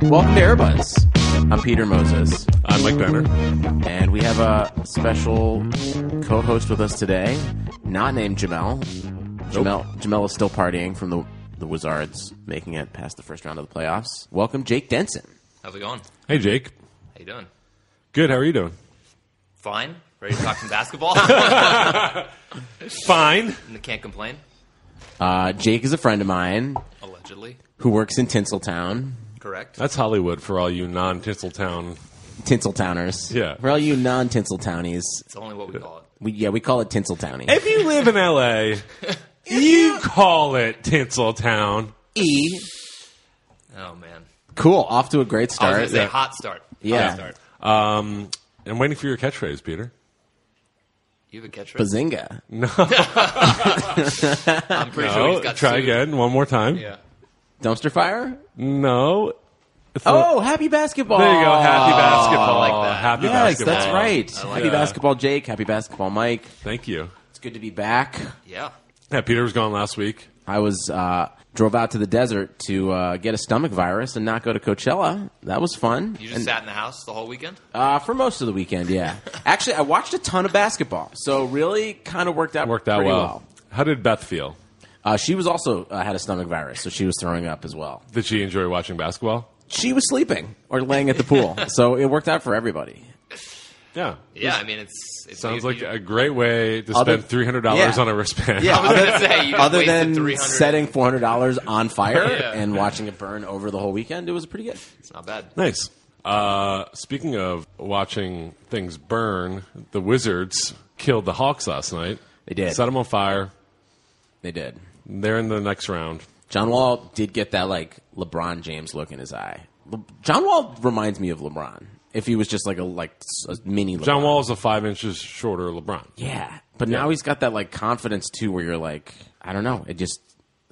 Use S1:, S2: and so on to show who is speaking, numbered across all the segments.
S1: Welcome to Airbuds. I'm Peter Moses,
S2: I'm Mike Banner.
S1: and we have a special co-host with us today, not named Jamel. Jamel, Jamel is still partying from the the Wizards, making it past the first round of the playoffs. Welcome, Jake Denson.
S3: How's it going?
S2: Hey, Jake.
S3: How you doing?
S2: Good. How are you doing?
S3: Fine. Ready to talk some basketball?
S2: Fine.
S3: Can't complain.
S1: Uh, Jake is a friend of mine
S3: Allegedly,
S1: who works in Tinseltown.
S3: correct.
S2: That's Hollywood for all you non-Tinseltown.
S1: Tinseltowners,
S2: Yeah.
S1: For all you non-Tinseltownies,
S3: It's only what we call it.
S1: we, yeah, we call it Tinseltownie.
S2: If you live in L.A., you call it Tinseltown.
S1: E.
S3: Oh man,
S1: Cool. Off to a great
S3: I was
S1: start.
S3: gonna say hot start.
S1: Yeah.
S3: hot start.
S2: Um, I'm waiting for your catchphrase, Peter.
S3: You have a catchphrase.
S1: Bazinga.
S3: I'm pretty sure
S2: Oh,
S3: he's got
S2: try
S3: sued.
S2: again one more time.
S3: Yeah.
S1: Dumpster fire?
S2: No. It's a-
S1: Oh, happy basketball.
S2: there you go. Happy basketball.
S3: I like that.
S2: Happy
S1: Yes,
S2: basketball.
S1: that's right.
S3: I like
S1: happy
S3: that.
S1: basketball, Jake. Happy basketball, Mike.
S2: Thank you.
S1: It's good to be back.
S3: Yeah.
S2: Yeah, Peter was gone last week.
S1: I was uh, drove out to the desert to uh, get a stomach virus and not go to Coachella. That was fun.
S3: You just
S1: And,
S3: sat in the house the whole weekend.
S1: uh, for most of the weekend, yeah. Actually, I watched a ton of basketball, so really kind of worked out.
S2: Worked out
S1: pretty well.
S2: How did Beth feel?
S1: Uh, she was also uh, had a stomach virus, so she was throwing up as well.
S2: Did she enjoy watching basketball?
S1: She was sleeping or laying at the pool, so it worked out for everybody.
S2: Yeah.
S3: Yeah. I mean, it's it
S2: Sounds
S3: you-
S2: like
S3: you-
S2: a great way to
S1: Other-
S2: spend three hundred dollars
S1: Yeah.
S2: on a wristband.
S1: Yeah,
S3: I was gonna say you just
S1: other
S3: wasted
S1: than
S3: 300.
S1: setting four hundred dollars on fire
S3: Yeah.
S1: and watching it burn over the whole weekend, it was pretty good.
S3: It's not bad.
S2: Nice. Uh, speaking of watching things burn, the Wizards killed the Hawks last night.
S1: They did.
S2: Set them on fire.
S1: They did.
S2: They're in the next round.
S1: John Wall did get that like LeBron James look in his eye. Le- John Wall reminds me of LeBron if he was just like a like s- a mini LeBron.
S2: John Wall is a five inches shorter LeBron.
S1: yeah, but now he's got that like confidence too, where you're like, I don't know, it just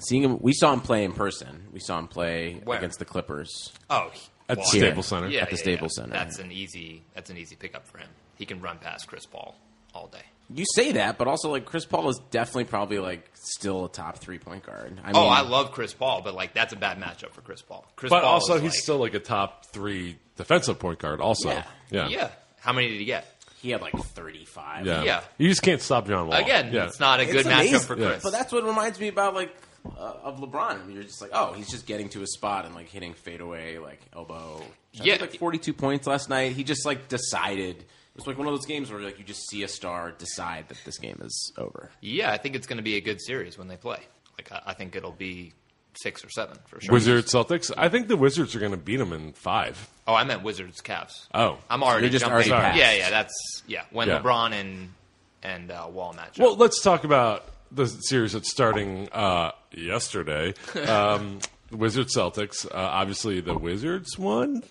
S1: seeing him. We saw him play in person. We saw him play
S3: Where?
S1: against the Clippers
S3: Oh,
S2: At the
S3: well,
S1: Here.
S2: Staples Center.
S3: yeah,
S1: at the
S3: yeah,
S1: Staples
S3: yeah.
S1: Center.
S3: That's an easy. That's an easy pickup for him. He can run past Chris Paul all day.
S1: You say that, but also like Chris Paul is definitely probably like still a top three point guard. I mean,
S3: Oh, I love Chris Paul, but like that's a bad matchup for Chris Paul. Chris
S2: But
S3: Paul
S2: also,
S3: is
S2: he's
S3: like-
S2: still like a top three defensive point guard. Also,
S1: Yeah.
S2: yeah,
S3: yeah. How many did he get?
S1: he had like thirty five.
S2: yeah.
S3: Yeah.
S2: You just can't stop John Wall.
S3: Again,
S2: yeah.
S3: it's not a good matchup for Chris.
S1: But that's what reminds me about like uh, of LeBron. You're just like, oh, he's just getting to his spot and like hitting fadeaway, like elbow. I think,
S3: Yeah.
S1: like 42 points last night. He just like decided. It was like one of those games where like you just see a star decide that this game is over.
S3: Yeah, I think it's going to be a good series when they play. Like, I, I think it'll be six or seven for sure.
S2: Wizards Celtics. I think the Wizards are going to beat them in five.
S3: Oh, I meant Wizards, Cavs.
S2: Oh.
S3: I'm already
S1: They just
S3: jumping.
S1: already passed.
S3: yeah, yeah, that's yeah. When
S2: Yeah.
S3: LeBron and and uh, Wall match.
S2: Well,
S3: Well,
S2: let's talk about the series that's starting uh, yesterday. Um, Wizards Celtics. Uh, obviously, the Wizards won.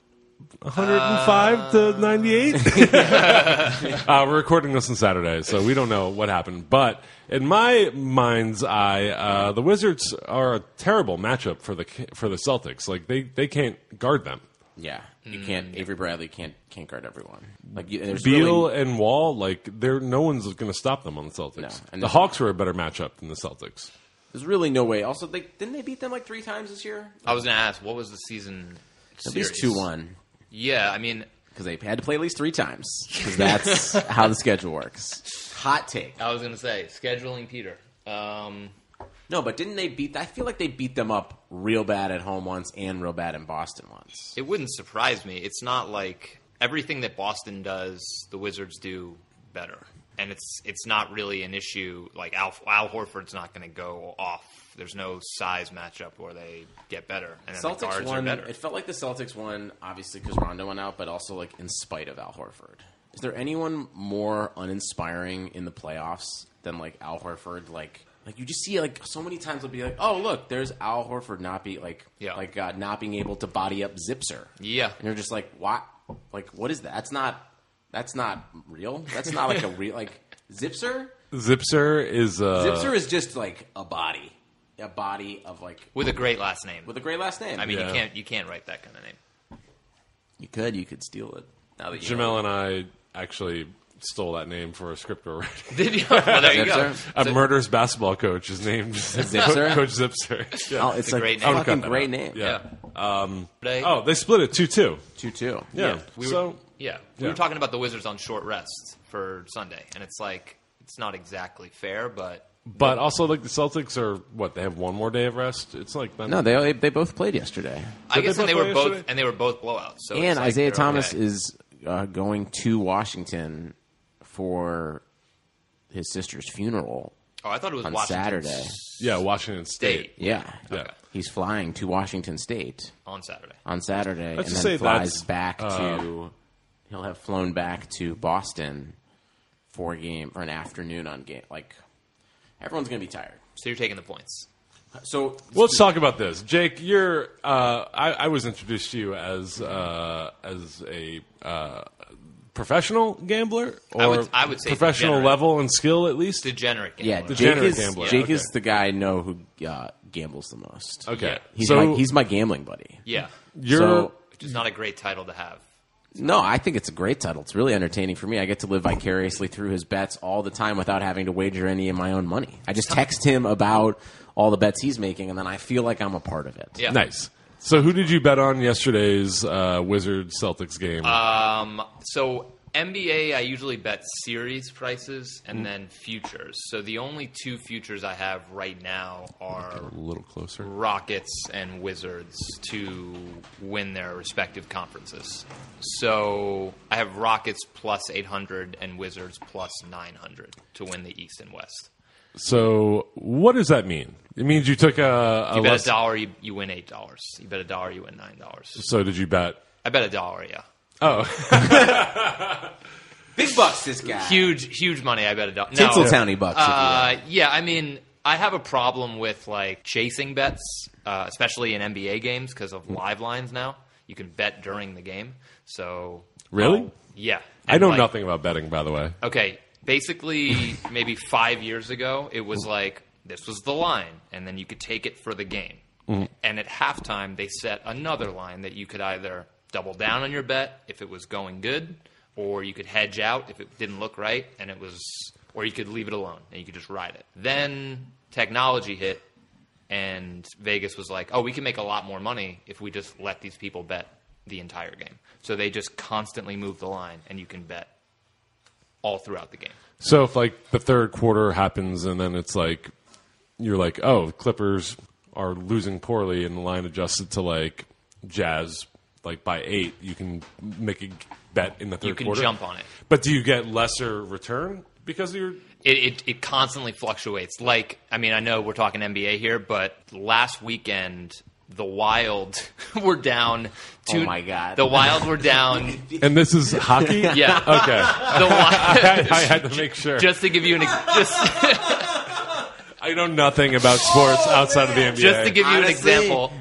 S1: Uh,
S2: 105 to 98. uh, we're recording this on Saturday, so we don't know what happened. But in my mind's eye, uh, the Wizards are a terrible matchup for the for the Celtics. Like they, they can't guard them.
S1: Yeah, you
S3: Mm.
S1: can't. Avery Bradley can't can't guard everyone. Like you, there's
S2: Beal
S1: really,
S2: and Wall, like they're no one's going to stop them on the
S1: No,
S2: Celtics.
S1: and
S2: the
S1: there's-
S2: Hawks were a better matchup than the Celtics.
S1: there's really no way. Also, they didn't they beat them like three times this year.
S3: I was going to ask, what was the season?
S1: At
S3: series?
S1: least two one.
S3: Yeah, I mean,
S1: because they had to play at least three times because that's how the schedule works. Hot take.
S3: I was going to say scheduling Peter. Um,
S1: No, but didn't they beat? I feel like they beat them up real bad at home once and real bad in Boston once.
S3: it wouldn't surprise me. It's not like everything that Boston does, the Wizards do better, and it's it's not really an issue. Like Al, Al Horford's not going to go off There's no size matchup where they get better, and then the
S1: Celtics
S3: guards are
S1: won.
S3: better.
S1: It felt like the Celtics won, obviously because Rondo went out, but also like in spite of Al Horford. Is there anyone more uninspiring in the playoffs than like Al Horford? Like, like you just see like so many times it'll be like, oh look, there's Al Horford not be like,
S3: Yeah.
S1: like uh, not being able to body up Zipser.
S3: Yeah.
S1: and you're just like, what? Like, what is that? That's not. That's not real. That's not like a real like Zipser.
S2: Zipser is uh,
S1: Zipser is just like a body, a body of like
S3: with a great last name.
S1: with a great last name.
S3: I mean,
S2: Yeah.
S3: you can't you can't write that kind of name.
S1: You could. You could steal it. Now that you
S2: Jamel and I actually stole that name for a script already.
S3: Did you? Well, there you go.
S1: Zipser?
S2: A murderous basketball coach is named
S1: Zipser?
S2: Coach Zipser. Yeah.
S1: Oh, it's, a great
S3: great name. I
S1: name. fucking
S3: would
S2: cut that
S1: great
S2: out.
S1: name.
S3: Yeah.
S2: Yeah.
S3: They-
S2: Oh, they split it two two.
S1: Two two.
S2: Yeah.
S3: we were,
S2: so
S3: yeah, we
S2: yeah.
S3: were talking about the Wizards on short rest for Sunday, and it's like it's not exactly fair, but
S2: But also, like the Celtics are what they have one more day of rest. It's like
S1: No, they they, they both played yesterday,
S3: I guess
S2: they
S3: and they
S2: both
S3: were
S2: play
S3: both
S2: yesterday?
S3: and they were both blowouts. So
S1: and
S3: Oh, it's like
S1: Isaiah
S3: they're
S1: Thomas
S3: okay.
S1: is uh, going to Washington for his sister's funeral
S3: Oh, I thought it was
S1: on
S3: Washington
S1: Saturday.
S2: yeah, Washington State.
S3: State
S1: Yeah,
S2: Yeah.
S1: he's flying to Washington State
S3: on Saturday.
S1: on Saturday,
S2: Let's
S1: and
S2: just
S1: then
S2: say
S1: flies
S2: that's,
S1: back
S2: uh,
S1: to. He'll have flown back to Boston for a game for an afternoon on game. Like everyone's gonna be tired.
S3: So you're taking the points.
S1: So
S2: Well, let's talk about this, Jake. You're. Uh, I, I was introduced to you as uh, as a uh, professional gambler, or
S3: I would- I would say
S2: professional
S3: degenerate.
S2: level and skill at least.
S3: Degenerate game.
S1: Yeah,
S3: Whatever.
S1: Jake,
S2: Degenerate
S1: is,
S2: gambler.
S1: Jake
S2: Okay.
S1: is the guy I know who uh, gambles the most.
S2: okay,
S3: Yeah.
S1: He's,
S2: so
S1: my, he's my gambling buddy.
S3: yeah.
S2: you're.
S1: so-
S3: Which is not a great title to have.
S1: No, I think it's a great title. It's really entertaining for me. I get to live vicariously through his bets all the time without having to wager any of my own money. I just text him about all the bets he's making, and then I feel like I'm a part of it.
S3: Yeah.
S2: Nice. So, who did you bet on yesterday's uh, Wizards Celtics game?
S3: Um, so NBA, I usually bet series prices
S2: Mm.
S3: and then futures. So the only two futures I have right now are
S2: a little closer.
S3: Rockets and Wizards to win their respective conferences. So I have Rockets plus 800 and Wizards plus 900 to win the East and West.
S2: So, what does that mean? It means you took a. a
S3: You bet
S2: less-
S3: a dollar, you, you win eight dollars. You bet a dollar, you win nine dollars.
S2: so, did you bet?
S3: I bet a dollar, yeah.
S1: Big bucks, this guy.
S3: Huge, huge money. I bet a dollar. No,
S1: Tinseltowny bucks. if you will.
S3: Uh, yeah, I mean, I have a problem with like chasing bets, uh, especially in NBA games because of live lines now. You can bet during the game. So
S2: Really?
S3: Oh, yeah,
S2: I know
S3: And, like,
S2: nothing about betting, by the way.
S3: Okay, basically, maybe five years ago, it was like this was the line, and then you could take it for the game. And at halftime, they set another line that you could either double down on your bet if it was going good, or you could hedge out if it didn't look right, and it was, or you could leave it alone and you could just ride it. Then technology hit, and Vegas was like, "Oh, we can make a lot more money if we just let these people bet." The entire game, so they just constantly move the line, and you can bet all throughout the game.
S2: So, if like the third quarter happens and then it's like you're like, oh, Clippers are losing poorly, and the line adjusted to like Jazz like by eight, you can make a bet in the third
S3: You can
S2: quarter.
S3: jump on it.
S2: But do you get lesser return because of your
S3: It, it. it constantly fluctuates. Like, I mean, I know we're talking NBA here, but last weekend the Wild were down. Two,
S1: Oh, my God.
S3: The Wild were down.
S2: And this is hockey?
S3: Yeah.
S2: Okay.
S3: The Wild.
S2: I had to make sure.
S3: Just to give you an ex- just
S2: I know nothing about sports outside of the NBA.
S3: Oh, just to give you an
S1: Honestly,
S3: example,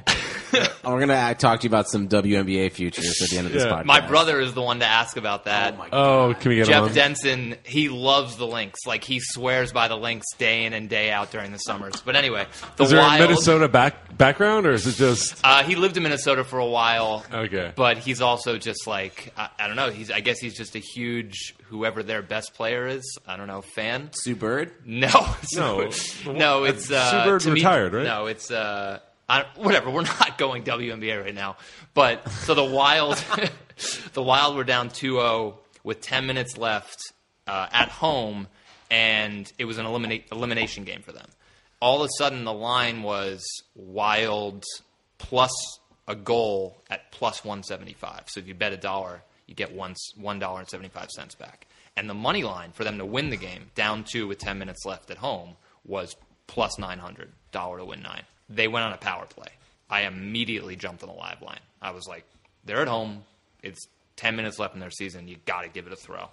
S1: We're going to talk to you about some WNBA futures at the end of this
S2: Yeah.
S1: podcast.
S3: my brother is the one to ask about that.
S1: Oh, my God.
S2: oh, can we get him
S3: Jeff
S2: on?
S3: Denson, he loves the Lynx. Like he swears by the Lynx day in and day out during the summers. But anyway, the
S2: is there
S3: Wild.
S2: a Minnesota back, background, or is it just
S3: Uh, he lived in Minnesota for a while.
S2: Okay.
S3: But he's also just like I, I don't know. He's I guess he's just a huge whoever their best player is. I don't know fan.
S1: Sue Bird.
S3: No,
S2: No.
S3: no. It's uh,
S2: Bird
S3: to me-
S2: retired, right?
S3: No, it's uh, I, whatever. We're not going WNBA right now. But so the Wild, the Wild were down 2-0 with ten minutes left uh, at home, and it was an eliminate, elimination game for them. All of a sudden, the line was Wild plus a goal at plus one seventy five. So if you bet a dollar, you get one one dollar and seventy five cents back. And the money line for them to win the game, down two with ten minutes left at home, was plus nine hundred. dollar to win nine. They went on a power play. I immediately jumped on the live line. I was like, they're at home. It's 10 minutes left in their season. You got to give it a throw.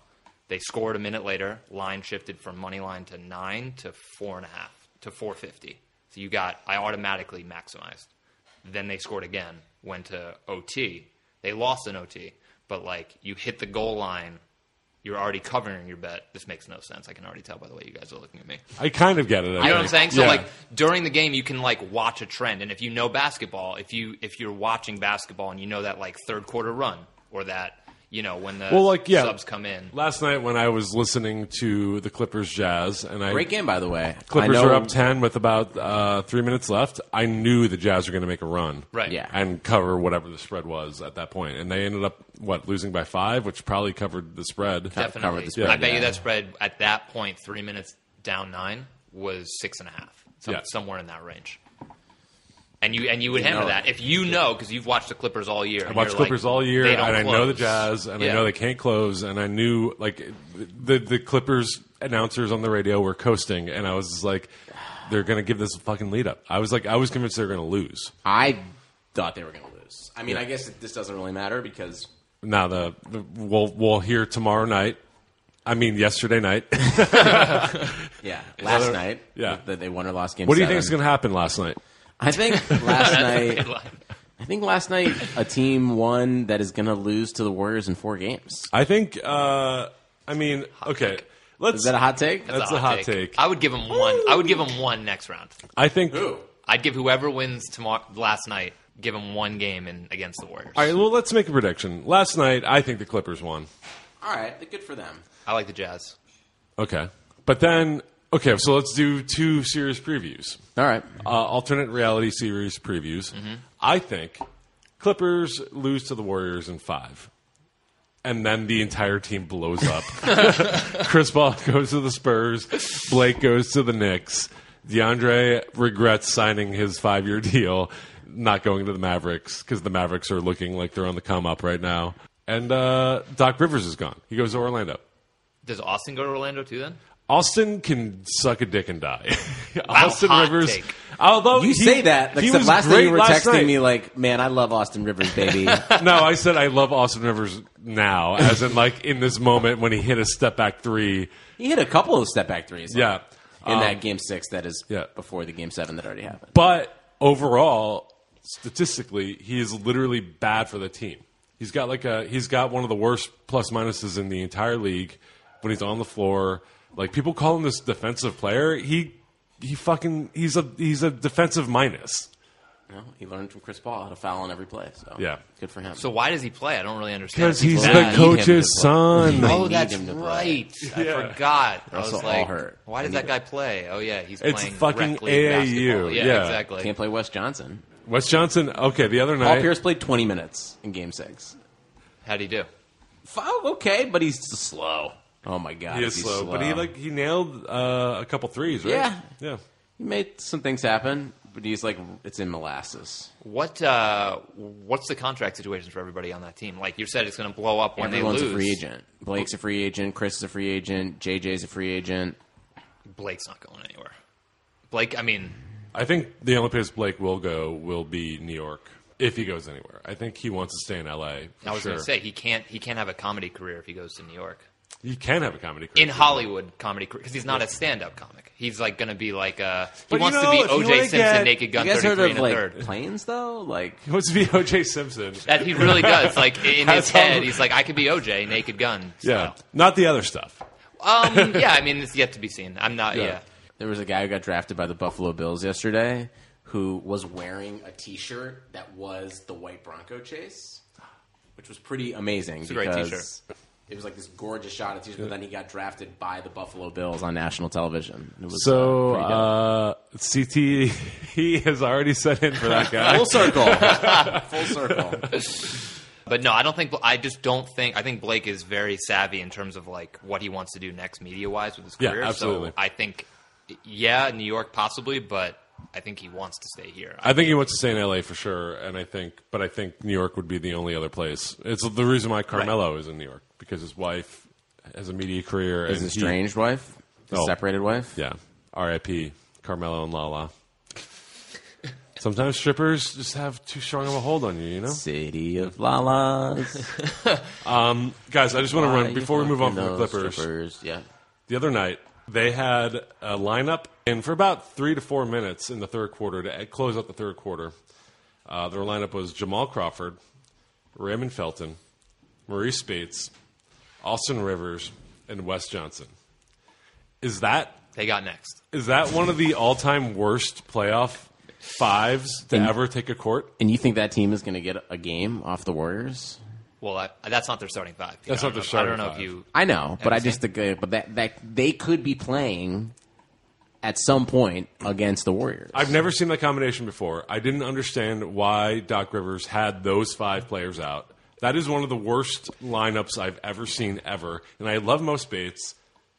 S3: They scored a minute later. Line shifted from money line to nine to four and a half to 450. So you got, I automatically maximized. Then they scored again, went to OT. They lost an OT, but like you hit the goal line. You're already covering your bet. This makes no sense. I can already tell by the way you guys are looking at me.
S2: I kind of get it.
S3: You know
S2: I
S3: what I'm
S2: think.
S3: saying? So
S2: Yeah.
S3: like during the game, you can like watch a trend, and if you know basketball, if you if you're watching basketball and you know that like third quarter run or that you know when the
S2: Well, like, yeah.
S3: subs come in,
S2: last night when I was listening to the Clippers Jazz and I
S1: Great game, by the way.
S2: Clippers
S1: I know,
S2: are up ten with about uh, three minutes left. I knew the Jazz were going to make a run,
S3: Right.
S1: Yeah.
S2: and cover whatever the spread was at that point. And they ended up what losing by five, which probably covered the spread.
S3: definitely.
S1: the spread,
S3: I bet
S1: yeah.
S3: you that spread at that point, three minutes down nine, was six and a half, some,
S2: Yeah.
S3: somewhere in that range. And you and you would hammer
S1: know
S3: that if you know because you've watched the Clippers all year.
S2: I watched Clippers all year, and I know the Jazz, and I know they
S3: the
S2: can't close, and I knew like the the Clippers announcers on the radio were coasting, and I was just like, they're going to give this a fucking lead up. I was like, I was convinced they were going to lose.
S1: I thought they were going to lose. I mean, I guess it, this doesn't really matter because
S2: Now the, the we'll we'll hear tomorrow night. I mean, yesterday night.
S1: yeah, last night
S2: yeah.
S1: that they won or lost game.
S2: what do you
S1: seven.
S2: think is going to happen last night?
S1: I think last night. I think last night a team won that is going to lose to the Warriors in four games.
S2: I think. Uh, I mean, okay.
S1: Is
S2: Let's.
S1: that a hot take?
S2: That's a hot take.
S3: I would give them one. I would give them one next round.
S2: I think.
S1: Ooh.
S3: I'd give whoever wins tomorrow last night give them one game in against the Warriors.
S2: All right. Well, let's make a prediction. Last night, I think the Clippers won.
S1: All right, good for them.
S3: I like the Jazz.
S2: Okay. But then, okay. So let's do two series previews.
S1: All right,
S2: Uh, alternate reality series previews. I think Clippers lose to the Warriors in five. And then the entire team blows up. Chris Paul goes to the Spurs. Blake goes to the Knicks. DeAndre regrets signing his five year deal, not going to the Mavericks, because the Mavericks are looking like they're on the come up right now. And uh, Doc Rivers is gone. He goes to Orlando.
S3: Does Austin go to Orlando too? Then
S2: Austin can suck a dick and die. Austin
S3: hot
S2: Rivers.
S3: take.
S2: Although
S1: you
S2: Oh, he-
S1: say that.
S2: he
S1: Except
S2: was
S1: last night you
S2: great
S1: were
S2: last
S1: texting
S2: night.
S1: me like, "Man, I love Austin Rivers, baby."
S2: No, I said I love Austin Rivers now, as in like in this moment when he hit a step back three. Uh,
S1: he hit a couple of step back threes.
S2: Yeah,
S1: in that game six that is
S2: yeah.
S1: before the game seven that already happened.
S2: but overall, statistically, he is literally bad for the team. He's got like a he's got one of the worst plus minuses in the entire league when he's on the floor. Like people call him this defensive player. He he fucking he's a he's a defensive minus.
S1: You know, he learned from Chris Paul how to foul on every play. So
S2: Yeah.
S1: good for him.
S3: so why does he play? I don't really understand.
S2: Because he's
S1: Nah,
S2: the
S1: you can't
S2: coach's
S1: do
S2: son.
S1: I
S3: oh,
S1: need
S3: that's
S1: him to play.
S3: right. I forgot. I
S1: Also
S3: was
S1: all
S3: like,
S1: hurt.
S3: why does that guy play? Oh yeah, he's
S2: It's
S3: playing
S2: fucking
S3: rec league
S2: AAU,
S3: basketball. Yeah,
S2: yeah.
S3: exactly.
S1: can't play Wes Johnson.
S2: Wes Johnson. Okay, the other
S1: Paul
S2: night.
S1: Pierce played 20 minutes in game six.
S3: How do you do?
S1: Foul, okay, but he's slow. Oh my god,
S2: He is
S1: he's
S2: slow, but he like he nailed uh, a couple threes, right?
S1: Yeah.
S2: yeah.
S1: he made some things happen, but he's like it's in molasses.
S3: What uh, what's the contract situation for everybody on that team? Like you said, it's going to blow up when
S1: Everyone's
S3: they
S1: a
S3: lose.
S1: free agent. Blake's a free agent. Chris is a free agent. JJ's a free agent.
S3: Blake's not going anywhere. Blake, I mean,
S2: I think the only place Blake will go will be New York if he goes anywhere. I think he wants to stay in L.A. For
S3: I was
S2: sure.
S3: going to say he can't he can't have a comedy career if he goes to New York.
S2: he can have a comedy career
S3: in Hollywood comedy because he's not a stand-up comic. He's like going to be like a he
S2: But you
S3: wants
S2: know,
S3: to
S2: if
S3: be
S2: you wanna
S3: O.J. Simpson,
S2: get-
S3: Naked Gun,
S1: you guys heard of
S3: thirty-three and a
S1: like
S3: third.
S1: planes though? Like
S2: He wants to be O.J. Simpson.
S3: That he really does. Like in his
S2: That's how-
S3: head, he's like, I could be O.J. Naked Gun.
S2: yeah,
S3: style.
S2: not the other stuff.
S3: Um. Yeah. I mean, it's yet to be seen. I'm not. Yeah.
S1: There was a guy who got drafted by the Buffalo Bills yesterday who was wearing a T-shirt that was the white Bronco chase, which was pretty amazing
S3: a great
S1: because
S3: t-shirt.
S1: it was like this gorgeous shot of T-shirt. But then he got drafted by the Buffalo Bills on national television. It was
S2: So
S1: pretty good.
S2: uh, CT he has already set in for that guy.
S1: full circle, full circle.
S3: But no, I don't think. I just don't think. I think Blake is very savvy in terms of like what he wants to do next, media-wise, with his
S2: Yeah,
S3: career.
S2: absolutely.
S3: So I think, yeah, New York possibly, but I think he wants to stay here.
S2: I think he wants to stay in L.A. for sure, and I think, but I think New York would be the only other place. It's the reason why Carmelo is in New York because his wife has a media career.
S1: His
S2: and he-
S1: estranged wife, his
S2: Oh.
S1: separated wife.
S2: Yeah. R.I.P. Carmelo and Lala. Sometimes strippers just have too strong of a hold on you, you know?
S1: City of Lalas.
S2: Guys, I just want to
S1: Why
S2: run,
S1: you
S2: before we move on from the
S1: fucking know
S2: Clippers,
S1: strippers? Yeah.
S2: the other night they had a lineup, and for about three to four minutes in the third quarter to close out the third quarter, uh, their lineup was Jamal Crawford, Raymond Felton, Maurice Spates, Austin Rivers, and Wes Johnson. Is that
S3: They got next.
S2: is that one of the all time worst playoff fives to
S1: And-
S2: ever take a court?
S1: And you think that team is going to get a game off the Warriors?
S3: Well, I, that's not their starting five. Pete.
S2: That's
S3: I
S2: not
S3: don't
S2: their
S3: know- I don't know
S2: starting
S3: if you.
S1: I know, but I
S3: Understand.
S1: just think, uh, but that that they could be playing at some point against the Warriors.
S2: I've never seen that combination before. I didn't understand why Doc Rivers had those five players out. That is one of the worst lineups I've ever seen ever. And I love Mo Spates,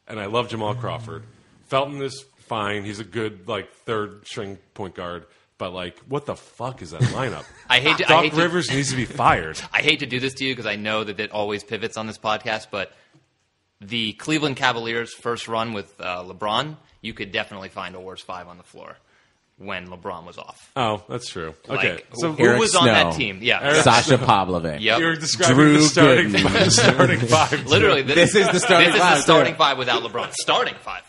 S2: and I love Jamal Crawford. Felton is fine. He's a good like third string point guard. But like, what the fuck is that lineup?
S3: I hate to- I
S2: Doc
S3: hate to-
S2: Rivers needs to be fired.
S3: I hate to do this to you because I know that it always pivots on this podcast, but the Cleveland Cavaliers' first run with uh, LeBron, you could definitely find a worse five on the floor when LeBron was off.
S2: Oh, that's true. Okay,
S3: Like,
S2: so
S3: who
S1: Eric
S3: was on that
S1: Snow.
S3: team? Yeah.
S1: Sasha Pavlovic.
S3: Yep.
S2: you're describing
S1: Drew
S2: the starting
S1: Gooden.
S2: five, starting five.
S3: Literally, this,
S1: This is the starting
S3: this
S1: five,
S3: Is the starting
S1: sir.
S3: five without LeBron. Starting five.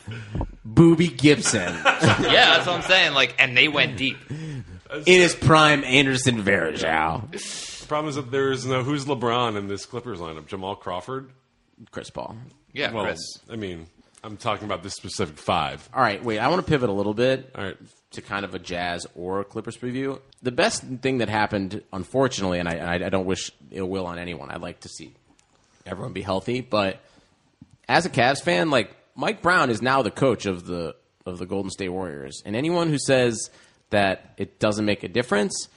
S1: Booby Gibson.
S3: Yeah, that's what I'm saying. Like, and they went deep.
S1: it is prime Anderson Varejao.
S2: The problem is that there is no who's LeBron in this Clippers lineup. Jamal Crawford.
S1: Chris Paul.
S3: Yeah,
S2: Well,
S3: Chris.
S2: I mean, I'm talking about this specific five.
S1: All right, wait. I want to pivot a little bit
S2: All right.
S1: to kind of a Jazz or a Clippers preview. The best thing that happened, unfortunately, and I, and I, I don't wish ill will on anyone. I'd like to see everyone be healthy, but as a Cavs fan, like Mike Brown is now the coach of the of the Golden State Warriors, and anyone who says that it doesn't make a difference,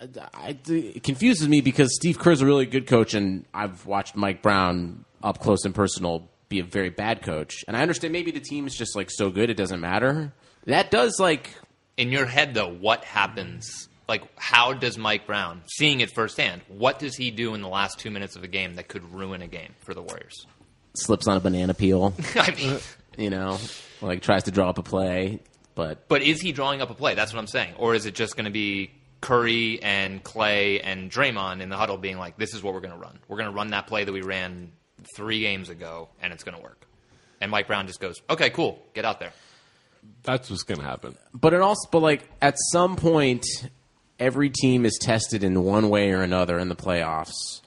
S1: I, it confuses me because Steve Kerr's a really good coach, and I've watched Mike Brown up close and personal be a very bad coach. And I understand maybe the team's just like so good it doesn't matter. That does like
S3: In your head, though, what happens? Like, how does Mike Brown, seeing it firsthand, what does he do in the last two minutes of a game that could ruin a game for the Warriors?
S1: slips on a banana peel,
S3: I mean,
S1: you know, like tries to draw up a play, but
S3: but is he drawing up a play? That's what I'm saying. Or is it just going to be Curry and Clay and Draymond in the huddle being like, this is what we're going to run? We're going to run that play that we ran three games ago, and it's going to work. And Mike Brown just goes, okay, cool, get out there.
S2: That's what's going to happen.
S1: But it also, but like at some point, every team is tested in one way or another in the playoffs,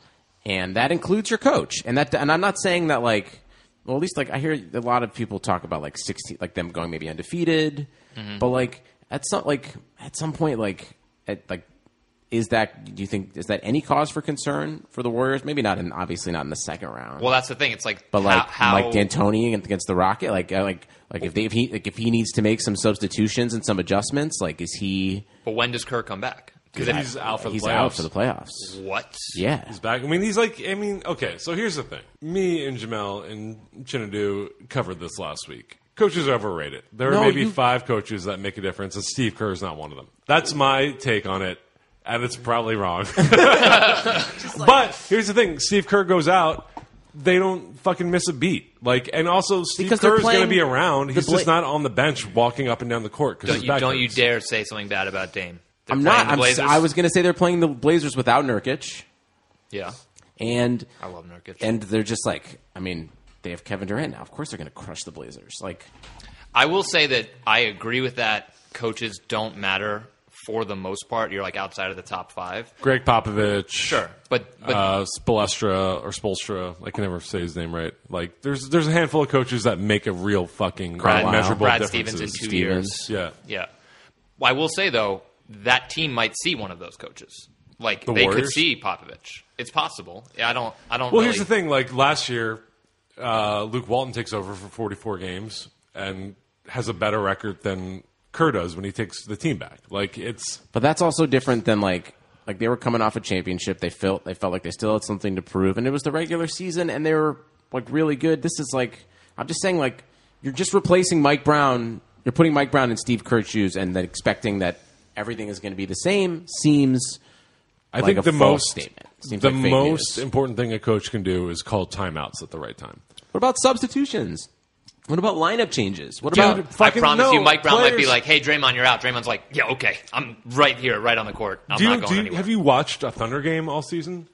S1: and that includes your coach. And that, and I'm not saying that like, well, at least like I hear a lot of people talk about like 16, like them going maybe undefeated, but like at some like at some point like at like. Is that do you think is that any cause for concern for the Warriors? Maybe not in obviously not in the second round.
S3: Well, that's the thing. It's like,
S1: But like
S3: how, how
S1: Mike D'Antoni against the Rocket, like uh, like like if they if he like if he needs to make some substitutions and some adjustments, like is he
S3: but when does Kerr come back? 'Cause if-
S2: He's out for the
S1: he's
S2: playoffs.
S1: out for the playoffs?
S3: what?
S1: Yeah,
S2: He's back. I mean, he's like, I mean, okay, so here's the thing. Me and Jamel and Chinadu covered this last week. Coaches are overrated. There
S1: No,
S2: are maybe
S1: you-
S2: five coaches that make a difference, and Steve Kerr is not one of them. That's my take on it, and it's probably wrong. but here's the thing Steve Kerr goes out. They don't fucking miss a beat, like, and also Steve
S1: Because they're
S2: Kerr is going to
S1: playing
S2: be around.
S1: the
S2: He's just
S1: Bla-
S2: not on the bench walking up and down the court because
S3: Don't
S2: his
S3: you,
S2: back
S3: don't you
S2: hurts.
S3: dare say something bad about Dame. They're
S1: I'm not.
S3: playing the
S1: I'm, s-
S3: Blazers.
S1: I was gonna say they're playing the Blazers without Nurkic,
S3: Yeah,
S1: and
S3: I love Nurkic.
S1: and they're just like, I mean, they have Kevin Durant now. Of course, they're gonna crush the Blazers. Like,
S3: I will say that I agree with that. Coaches don't matter for the most part. You're like outside of the top five.
S2: Greg Popovich,
S3: Sure, but but
S2: uh, Spolestra or Spolstra. I can never say his name right. Like there's there's a handful of coaches that make a real fucking
S3: Brad,
S2: measurable
S3: Brad
S2: difference.
S3: Stevens in two
S1: Stevens.
S3: years.
S2: Yeah.
S3: yeah. Well, I will say though that team might see one of those coaches. Like they could
S2: Warriors?
S3: see Popovich. It's possible. I don't. I don't.
S2: Well,
S3: really,
S2: here's the thing. Like last year, uh, Luke Walton takes over for 44 games and has a better record than Kerr does when he takes the team back. Like it's
S1: but that's also different than like. Like they were coming off a championship, they felt they felt like they still had something to prove, and it was the regular season, and they were like really good. This is like I'm just saying, like you're just replacing Mike Brown, you're putting Mike Brown in Steve Kerr's shoes, and then expecting that everything is going to be the same seems
S2: I
S1: Like
S2: think
S1: a
S2: the
S1: false
S2: most
S1: statement. Seems
S2: the
S1: like fake
S2: most
S1: news.
S2: important thing a coach can do is call timeouts at the right time.
S1: What about substitutions? What about lineup changes? What
S2: Dude,
S1: about
S3: I
S2: fucking
S3: promise
S2: no.
S3: you, Mike Brown might be
S2: Players-
S3: like, "Hey, Draymond, you're out." Draymond's like, "Yeah, okay, I'm right here, right on the court. I'm
S2: do you,
S3: not going
S2: do you-
S3: anywhere."
S2: Have you watched a Thunder game all season?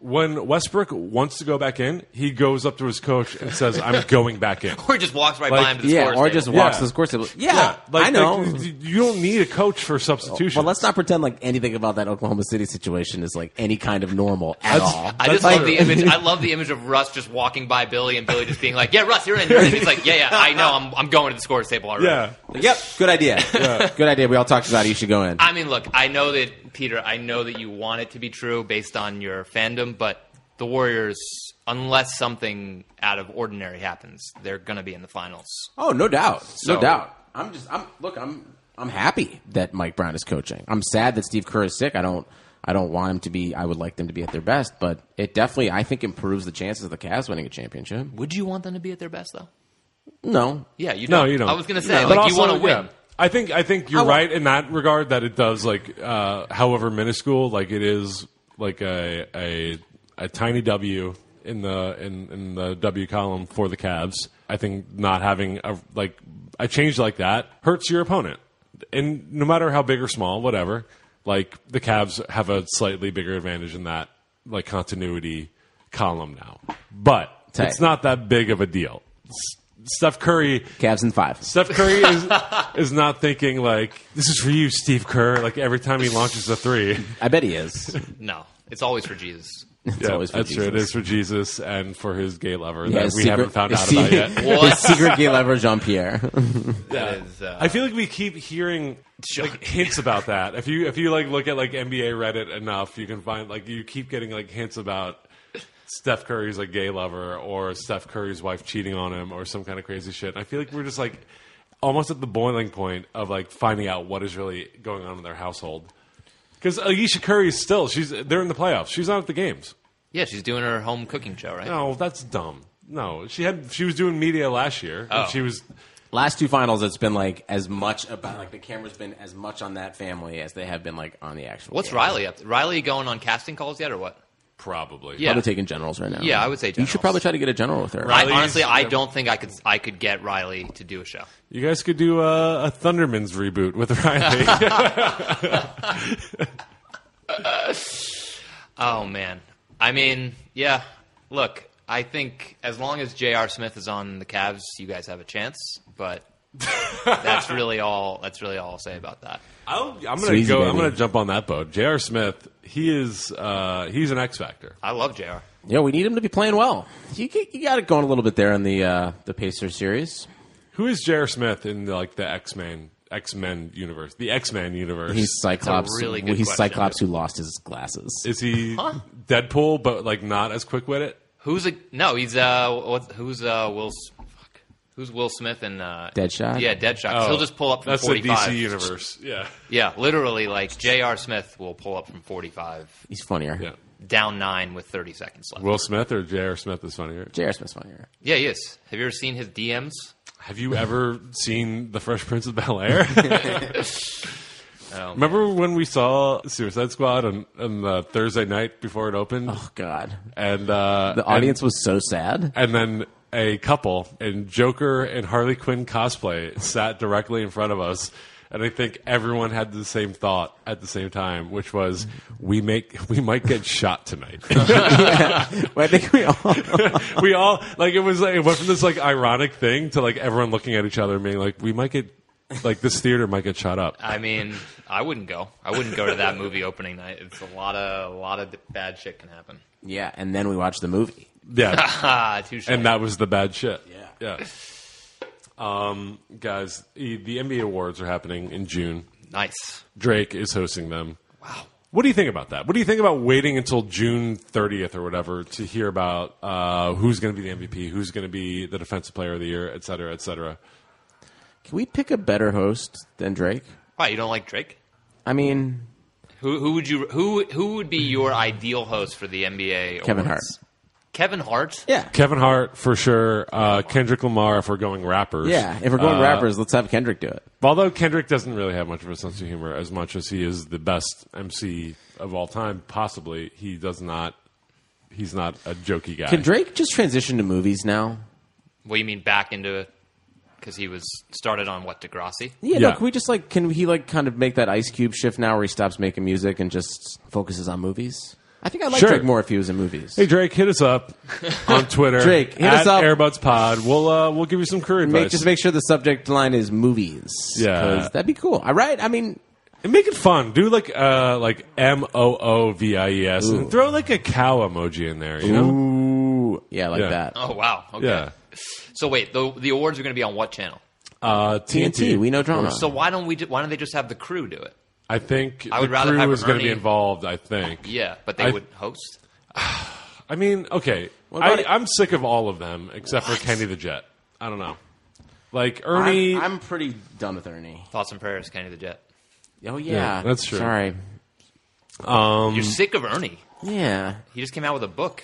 S2: When Westbrook wants to go back in, he goes up to his coach and says, "I'm going back in."
S3: or just walks right
S2: Like,
S3: by him to the
S1: yeah,
S3: scorer's
S1: or
S3: table.
S1: just walks
S2: Yeah.
S1: to the score table? Yeah,
S2: like,
S1: I know.
S2: like, you don't need a coach for substitution.
S1: well, let's not pretend like anything about that Oklahoma City situation is like any kind of normal at all.
S3: I just
S2: That's
S3: love
S2: true.
S3: the image. I love the image of Russ just walking by Billy and Billy just being like, "Yeah, Russ, you're in." You're in. He's like, "Yeah, yeah, I know. I'm, I'm going to the scorer's table already."
S2: yeah,
S1: Like, yep, good idea. Good idea. We all talked about it. You should go in.
S3: I mean, look, I know that Peter. I know that you want it to be true based on your fandom, but the Warriors, unless something out of ordinary happens, they're going to be in the finals.
S1: Oh, no doubt, no
S3: So-
S1: doubt. I'm just, I'm look, I'm, I'm happy that Mike Brown is coaching. I'm sad that Steve Kerr is sick. I don't, I don't want him to be. I would like them to be at their best, but it definitely, I think, improves the chances of the Cavs winning a championship.
S3: Would you want them to be at their best though?
S1: No,
S3: Yeah, you.
S2: no, you don't.
S3: I was going to say,
S2: No.
S3: like,
S2: But
S3: you
S2: also,
S3: want to win.
S2: yeah. I think I think you're
S1: I wa-
S2: right in that regard that it does like, uh, however minuscule, like it is like a a, a tiny W in the in, in the W column for the Cavs. I think not having a like a change like that hurts your opponent, and no matter how big or small, whatever. Like the Cavs have a slightly bigger advantage in that like continuity column now, but
S1: Tight.
S2: it's not that big of a deal. S- Steph Curry
S1: Cavs in five.
S2: Steph Curry is, is not thinking like this is for you, Steve Kerr. Like every time he launches a three,
S1: I bet he is.
S3: No, it's always for Jesus.
S1: It's always for
S2: that's
S1: Jesus.
S2: true. It is for Jesus and for his gay lover
S1: Yeah,
S2: that
S1: his
S2: we
S1: secret-
S2: haven't found
S1: his
S2: out about
S1: secret-
S2: yet.
S3: What?
S1: His secret gay lover, Jean Pierre.
S3: That is, uh,
S2: I feel like we keep hearing like, hints about that. If you if you like look at like NBA Reddit enough, you can find like you keep getting like hints about Steph Curry's like gay lover or Steph Curry's wife cheating on him or some kind of crazy shit. I feel like we're just like almost at the boiling point of like finding out what is really going on in their household. Because Aisha Curry is still she's they're in the playoffs. She's not at the games.
S3: yeah, she's doing her home cooking show, right?
S2: No, that's dumb. No, she had she was doing media last year.
S3: Oh.
S2: And she was
S1: Last two finals, it's been like as much about like the camera's been as much on that family as they have been like on the actual.
S3: What's
S1: game.
S3: Riley up? To? Riley going on casting calls yet, or what?
S2: probably
S3: Yeah.
S1: Probably taking generals right now.
S3: Yeah, I would say
S1: you
S3: generals.
S1: should probably try to get a general with her.
S3: I,
S2: Riley's-
S3: honestly, I don't think I could. I could get Riley to do a show.
S2: You guys could do a, a Thunderman's reboot with Riley.
S3: Oh man, I mean, yeah. Look, I think as long as J.R. Smith is on the Cavs, you guys have a chance. But that's really all. That's really all I'll say about that.
S2: I'll, I'm gonna
S1: Sweezy,
S2: go. I'm
S1: baby.
S2: gonna jump on that boat. J.R. Smith. He is. Uh, he's an X factor.
S3: I love J.R.
S1: Yeah, we need him to be playing well. You, get- you got it going a little bit there in the uh, the Pacers series.
S2: Who is J.R. Smith in the, like the X Men X Men universe? The X Men universe.
S1: He's Cyclops.
S3: really
S1: well,
S3: good
S1: he's
S3: question.
S1: Cyclops who lost his glasses.
S2: is he Deadpool, but like not as quick witted?
S3: Who's a no? He's uh, what, who's uh, Will? S- Fuck. Who's Will Smith and uh,
S1: Deadshot?
S3: Yeah, Deadshot. 'cause He'll just pull up from
S2: Oh, That's
S3: forty-five.
S2: the DC universe. Yeah.
S3: Yeah, literally, like J.R. Smith will pull up from forty-five,
S1: He's funnier.
S2: Yeah.
S3: down nine with thirty seconds left.
S2: Will Smith or J.R. Smith is funnier.
S1: J.R. Smith's funnier.
S3: Yeah, he is. Have you ever seen his DMs?
S2: Have you ever seen The Fresh Prince of Bel Air?
S1: Um,
S2: Remember when we saw Suicide Squad on, on the Thursday night before it opened?
S1: Oh God,
S2: and uh,
S1: the audience was so sad.
S2: and, and then a couple and Joker and Harley Quinn cosplay sat directly in front of us. And I think everyone had the same thought at the same time, which was
S1: Mm-hmm.
S2: we make we might get shot tonight.
S1: I think we all.
S2: we all like it was like it went from this like ironic thing to like everyone looking at each other and being like, we might get like this theater might get shot up.
S3: I mean, I wouldn't go. I wouldn't go to that movie opening night. It's a lot of a lot of bad shit can happen.
S1: yeah, and then we watched the movie.
S2: Yeah,
S3: Ah, too short.
S2: and that was the bad shit.
S1: Yeah.
S2: yeah. Um, guys, the the NBA awards are happening in June.
S3: nice.
S2: Drake is hosting them. Wow. What do you think about that? What do you think about waiting until June 30th or whatever to hear about uh, who's going to be the MVP, who's going to be the Defensive Player of the Year, et cetera, et cetera?
S1: Can we pick a better host than Drake?
S3: Why you don't like Drake?
S1: I mean,
S3: Who who would you who who would be your ideal host for the NBA?
S1: Kevin
S3: awards?
S1: Hart.
S3: Kevin Hart.
S1: Yeah.
S2: Kevin Hart, for sure. Uh, Kendrick Lamar, if we're going rappers.
S1: Yeah, if we're going
S2: Uh,
S1: rappers, let's have Kendrick do it.
S2: Although Kendrick doesn't really have much of a sense of humor as much as he is the best MC of all time, possibly, he does not. He's not a jokey guy.
S1: Can Drake just transition to movies now?
S3: What do you mean back into? Because he was started on what Degrassi.
S1: Yeah,
S2: Yeah.
S1: no, can we just like can he like kind of make that Ice Cube shift now where he stops making music and just focuses on movies? I think I'd like
S2: Sure.
S1: Drake more if he was in movies.
S2: Hey Drake, hit us up on Twitter.
S1: Drake, hit
S2: at
S1: us up.
S2: Airbuds Pod. We'll uh, we'll give you some career
S1: make,
S2: advice.
S1: just make sure the subject line is movies.
S2: Yeah.
S1: 'Cause that'd be cool. All right, I mean,
S2: And make it fun. Do like uh like M O O V I E S
S1: Ooh.
S2: and throw like a cow emoji in there. You know?
S1: ooh, yeah, like
S2: Yeah.
S1: that.
S3: Oh wow. Okay.
S2: Yeah.
S3: So wait, the the awards are going to be on what channel?
S2: Uh,
S1: TNT, E we know drama.
S3: So why don't we? ju- Why don't they just have the crew do it?
S2: I think
S3: I would
S2: the
S3: rather
S2: crew
S3: have
S2: is going to be
S3: Ernie-
S2: involved. I think.
S3: Yeah, but they
S2: I-
S3: would host.
S2: I mean, okay.
S1: about
S2: I,
S1: it-
S2: I'm sick of all of them except for Kenny the Jet. I don't know. Like Ernie,
S1: I'm, I'm pretty done with Ernie.
S3: Thoughts and prayers, Kenny the Jet.
S1: Oh yeah,
S2: Yeah, that's true.
S1: Sorry.
S2: Um,
S3: You're sick of Ernie.
S1: Yeah,
S3: He just came out with a book.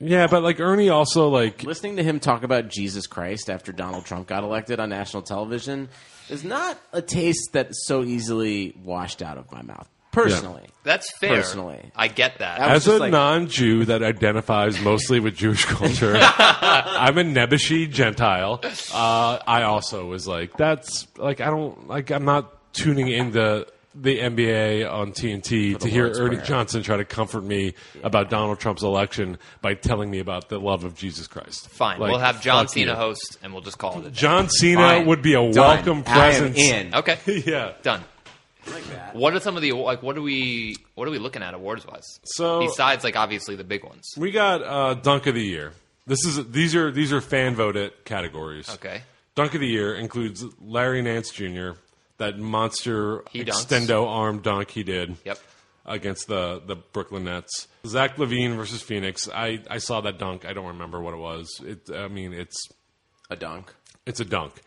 S2: yeah, but like Ernie also like
S1: listening to him talk about Jesus Christ after Donald Trump got elected on national television is not a taste that's so easily washed out of my mouth. Personally,
S3: That's fair.
S1: Personally.
S3: I get that.
S1: That was
S2: as a
S1: just like-
S2: non-Jew that identifies mostly with Jewish culture. I'm a Nebuchadnezzar Gentile. Uh, I also was like, that's like I don't like I'm not tuning into the NBA on TNT to hear
S1: Lord's
S2: Ernie
S1: Prayer.
S2: Johnson try to comfort me about Donald Trump's election by telling me about the love of Jesus Christ.
S3: Fine.
S2: Like,
S3: we'll have John
S2: fuck
S3: Cena
S2: you.
S3: host, and we'll just call it a day.
S2: John Cena
S1: Fine.
S2: would be
S1: Done.
S2: a welcome presence.
S1: I am in.
S3: Okay,
S2: yeah.
S3: done. What are some of the like? What are we? What are we looking at awards wise?
S2: So-
S3: besides like obviously the big ones.
S2: We got uh, dunk of the year. This is these are these are fan voted categories.
S3: Okay.
S2: Dunk of the year includes Larry Nance Jr. That monster
S3: He dunks.
S2: extendo arm dunk he did.
S3: Yep.
S2: Against the the Brooklyn Nets. Zach Levine versus Phoenix. I I saw that dunk. I don't remember what it was. It I mean it's
S1: a dunk.
S2: it's a dunk.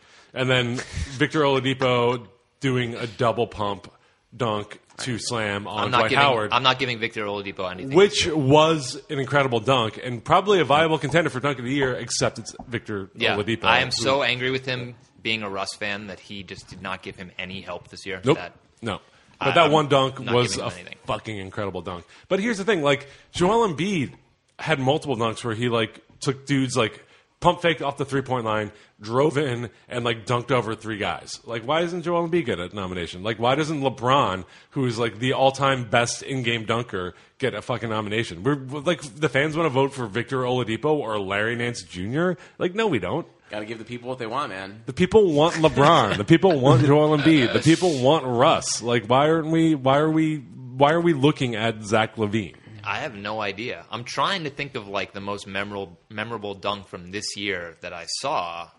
S2: And then Victor Oladipo doing a double pump dunk to slam on
S3: I'm not
S2: Dwight
S3: giving.
S2: Howard
S3: I'm not giving Victor Oladipo anything.
S2: which was an incredible dunk and probably a viable contender for dunk of the year, except it's Victor
S3: yeah,
S2: Oladipo.
S3: I am
S2: who-
S3: so angry with him being a Russ fan that he just did not give him any help this year.
S2: nope,
S3: That,
S2: no.
S3: I-
S2: But that
S3: I'm
S2: one dunk
S3: not
S2: was
S3: giving
S2: a
S3: him anything.
S2: fucking incredible dunk. But here's the thing: like Joel Embiid had multiple dunks where he like took dudes like pump faked off the three point line, drove in, and like dunked over three guys. Like, why isn't Joel Embiid get a nomination? Like, why doesn't LeBron, who is like the all time best in game dunker, get a fucking nomination? We're we're, like the fans want to vote for Victor Oladipo or Larry Nance Jr. Like, no, we don't.
S1: Got to give the people what they want, man.
S2: The people want LeBron. the people want Joel Embiid. The people want Russ. Like, why aren't we? Why are we? Why are we looking at Zach Levine?
S3: I have no idea. I'm trying to think of like the most memorable memorable dunk from this year that I saw,